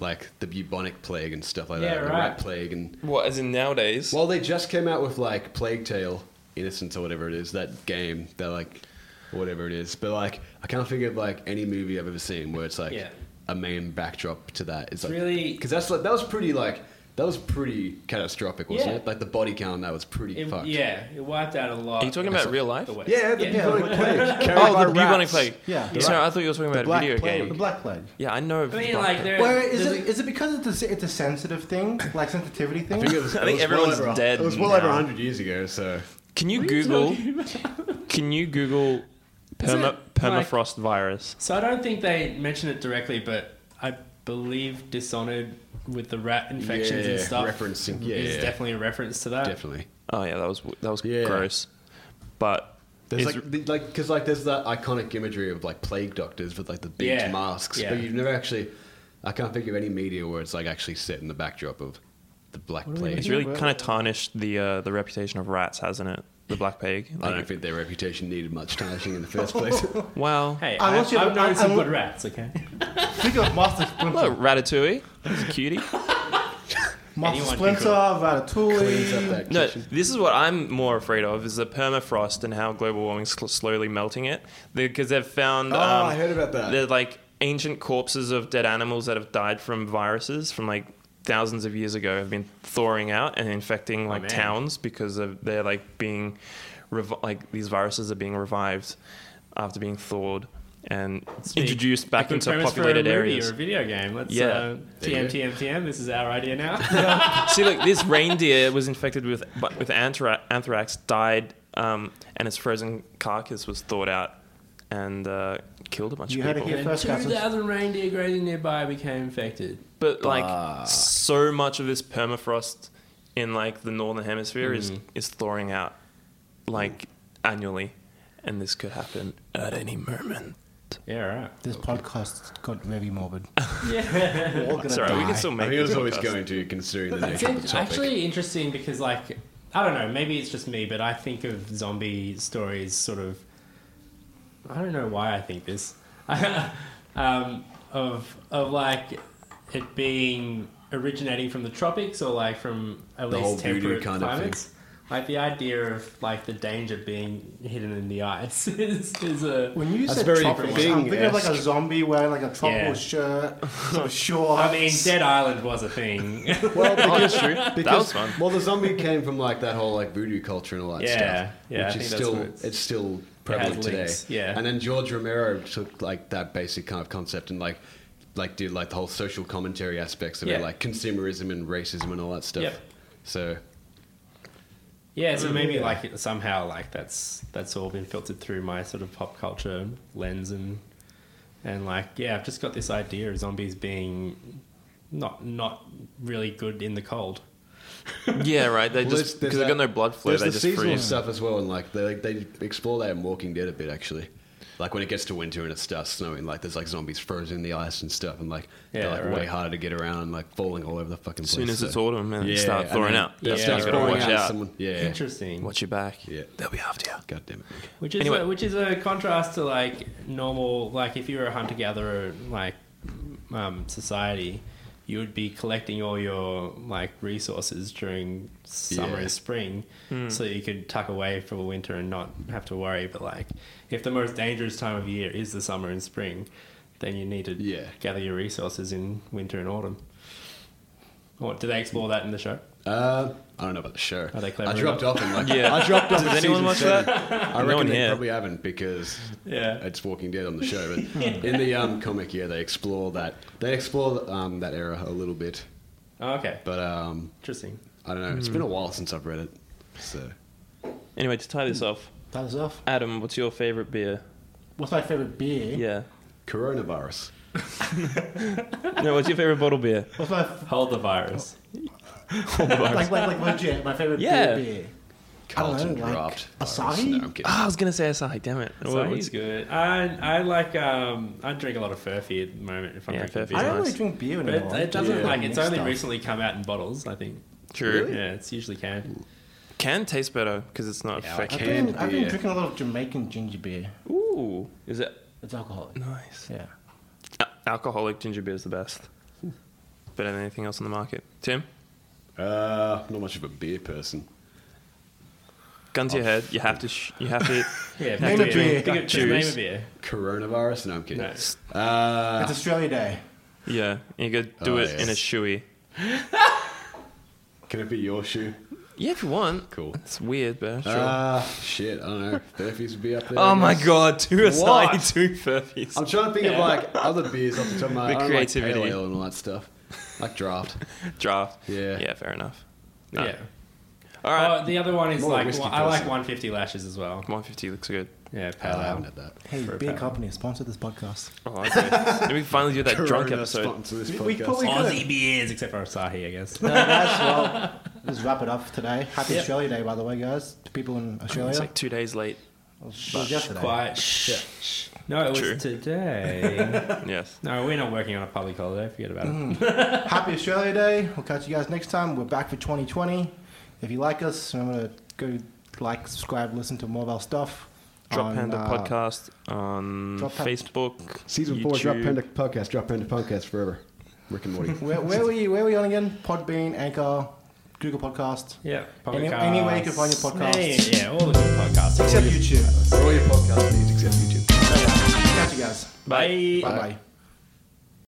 like the bubonic plague and stuff like Yeah, that, the right. rat plague, and What, as in nowadays? well, they just came out with like Plague Tale, Innocence or whatever it is, that game. They're like whatever it is, but like I can't think of like any movie I've ever seen where it's like Yeah. a main backdrop to that. It's like really- because that's like that was pretty like. That was pretty catastrophic, wasn't Yeah. it? Like the body count, that was pretty It, fucked. yeah, it wiped out a lot. Are you talking about real life? the West. Yeah, the yeah. bubonic plague. Carried by Oh, the rats. bubonic plague. Yeah, the Sorry, rat. I thought you were talking the about a black video plague. The game. black plague. Yeah, I know. of I mean, Black like Plague. there. Well, is there's it, is it because it's a, se- it's a sensitive thing, like sensitivity thing? I think, it was, I it think was everyone's well over, dead It was well over now. 100 years ago, so. Can you What are you Google? talking about? can you Google perma- it, like- permafrost virus? So I don't think they mention it directly, but I believe Dishonored with the rat infections and Yeah, stuff referencing- yeah, is yeah. definitely a reference to that. Definitely. Oh yeah, that was that was Yeah. gross. But There's it's- like, the- like, because like, there's that iconic imagery of like plague doctors with like the big Yeah, masks, yeah. but you've never actually. I can't think of any media where it's like actually set in the backdrop of the Black Plague. it's really kind of tarnished the uh, the reputation of rats, hasn't it? The black plague. I Like, don't think their reputation needed much tarnishing in the first place. well, Hey, I, Unless I've you- I've known I- some I- good rats. Okay. Think of Master Splinter. look, Ratatouille. That's a cutie. Master Anyone Splinter, Cleans can up Ratatouille. that No, kitchen. this is what I'm more afraid of: is the permafrost and how global warming's cl- slowly melting it. Because they've found. Oh, um, I heard about that. They're like ancient corpses of dead animals that have died from viruses from like thousands of years ago have been thawing out and infecting like Oh, man. towns because of they're like being, rev- like these viruses are being revived after being thawed and introduced back Good into premise for a populated movie areas. or a video game. Let's Yeah. uh, There you TM, go. TM, TM. This is our idea now. See, look, this reindeer was infected with but with anthra- anthrax, died, um, and its frozen carcass was thawed out and uh, killed a bunch You of had it people. here first, guys. 2,000 reindeer grazing nearby became infected. But like, so much of this permafrost in like the northern hemisphere is is thawing out, like annually, and this could happen at any moment. Yeah, right. This podcast got very morbid. Yeah. We're all gonna Sorry, we die. can still I make. think it was the always podcast. going to, considering the It's nature of the topic. actually interesting because, like, I don't know, maybe it's just me, but I think of zombie stories sort of. I don't know why I think this. um, of, of, like, it being originating from the tropics or, like, from at The whole least voodoo temperate kind of thing. climates. Like, the idea of, like, the danger being hidden in the ice is, is a. When you That's said very tropics, I'm thinking of like a Bing-esque. zombie wearing like a tropical Yeah. shirt, some shorts. I mean, Dead Island was a thing. Well, because, because was fun. well, the zombie came from like that whole like voodoo culture and all that Yeah, stuff, yeah, I which think is that's still where it's- it's still prevalent today. links, yeah. and then George Romero took like that basic kind of concept and like like did like the whole social commentary aspects of Yeah. it, like consumerism and racism and all that stuff. Yep. So Yeah, so maybe like it- somehow like that's that's all been filtered through my sort of pop culture lens and and like yeah, I've just got this idea of zombies being not not really good in the cold. Yeah, right. They Well, there's- there's just because they've got that- no blood flow, there's they the just seasonal freeze. stuff as well, and like they like, they explore that in Walking Dead a bit actually. Like when it gets to winter and it starts snowing, like there's like zombies frozen in the ice and stuff, and like they're Yeah, like way right. harder to get around and like falling all over the fucking As place. soon as so- it's autumn and Yeah, it starts thawing then out, it Yeah. that's when starts you gotta thawing watch out. Someone, yeah, Interesting. Watch your back. Yeah. They'll be after you. God damn it. Which is Anyway. a, which is a contrast to like normal like if you were a hunter gatherer like um, society, you would be collecting all your like resources during summer Yeah. and spring, so you could tuck away for the winter and not have to worry. But like if the most dangerous time of year is the summer and spring, then you need to Yeah. gather your resources in winter and autumn. What do they explore that in the show? Uh, I don't know about the show. Are they clever I dropped off in like Yeah. I dropped off. Does at anyone season watch seven. that? I No reckon one they here. probably haven't because Yeah. it's Walking Dead on the show. But in the um, comic, yeah, they explore that. They explore um, that era a little bit, Oh, okay, but um, interesting. I don't know. It's Hmm. been a while since I've read it, so Anyway, to tie this off, That was off. Adam, what's your favorite beer? What's my favorite beer? Yeah. coronavirus. No, what's your favorite bottle beer? What's my f- Hold the virus. like like like legit my favorite Yeah. beer? beer. I Carlton don't know, like Craft. virus. Asahi? No, I'm kidding. Ah, I was gonna say Asahi. Damn it. So Well, it's- he's good. I I like um I drink a lot of Furphy at the moment if I'm Yeah, drinking Furphy's beer. I don't nice. really drink beer But anymore. it, it doesn't Yeah. like it's only Stuff. recently come out in bottles. I think. True. Really? Yeah, it's usually canned. Can taste better because it's not Yeah, I I've affected. can. canned been, I've been beer. drinking a lot of Jamaican ginger beer. Ooh, is it It's alcoholic. nice? Yeah. A- alcoholic ginger beer is the best. Better than anything else on the market. Tim, Uh, not much of a beer person. gun to your Oh, head. You have to. Sh- you have to. Yeah, Name pick a beer. Pick a- just name a Juice. beer. Coronavirus? No, I'm kidding. No. Uh, Ah. It's Australia Day. yeah, you gotta do Oh, it in a yes. shoey. can it be your shoe? Yeah, if you want. Cool. It's weird, but sure. Uh, shit, I don't know. Furfies would be up there. I oh my guess. god, two Asahi, What? two Furfies. I'm trying to think of like other beers off the top of my The head. I don't like creativity. pale ale and all that stuff. Like draft. Draft. Yeah. Yeah, fair enough. No. Yeah. All right. Oh, the other one is More a like whiskey one, I like person. 150 lashes as well. 150 looks good. Yeah, I pale haven't ale. had that. Hey, For a beer fact. company, sponsor this podcast. Oh, okay. Then we can finally do that drunk Corona episode. sponsor this We- we podcast. probably- Aussie beers, except for Asahi, I guess. No, guys, well, let's wrap it up today. Happy Yeah. Australia Day, by the way, guys, to people in It's Australia. like two days late. Well, it was yesterday. Quiet. Shh. shh. No, it was True. today. Yes. no, we're not working on a public holiday. Forget about it. Mm. Happy Australia Day. We'll catch you guys next time. We're back for 2020. If you like us, remember to go like, subscribe, listen to more of our stuff. Drop on, Panda uh, podcast on Drop Pan- Facebook. Season YouTube. 4 Drop Panda Podcast. Drop Panda Podcast forever. Rick and Morty. Where, where were you? Where were you on again? Podbean, Anchor, Google Podcast. Yeah, Any- any way you can find your podcasts. podcasts. Yeah, yeah, all the good podcasts. Except YouTube. For all your podcast needs except YouTube. Catch you guys. Bye. Bye bye.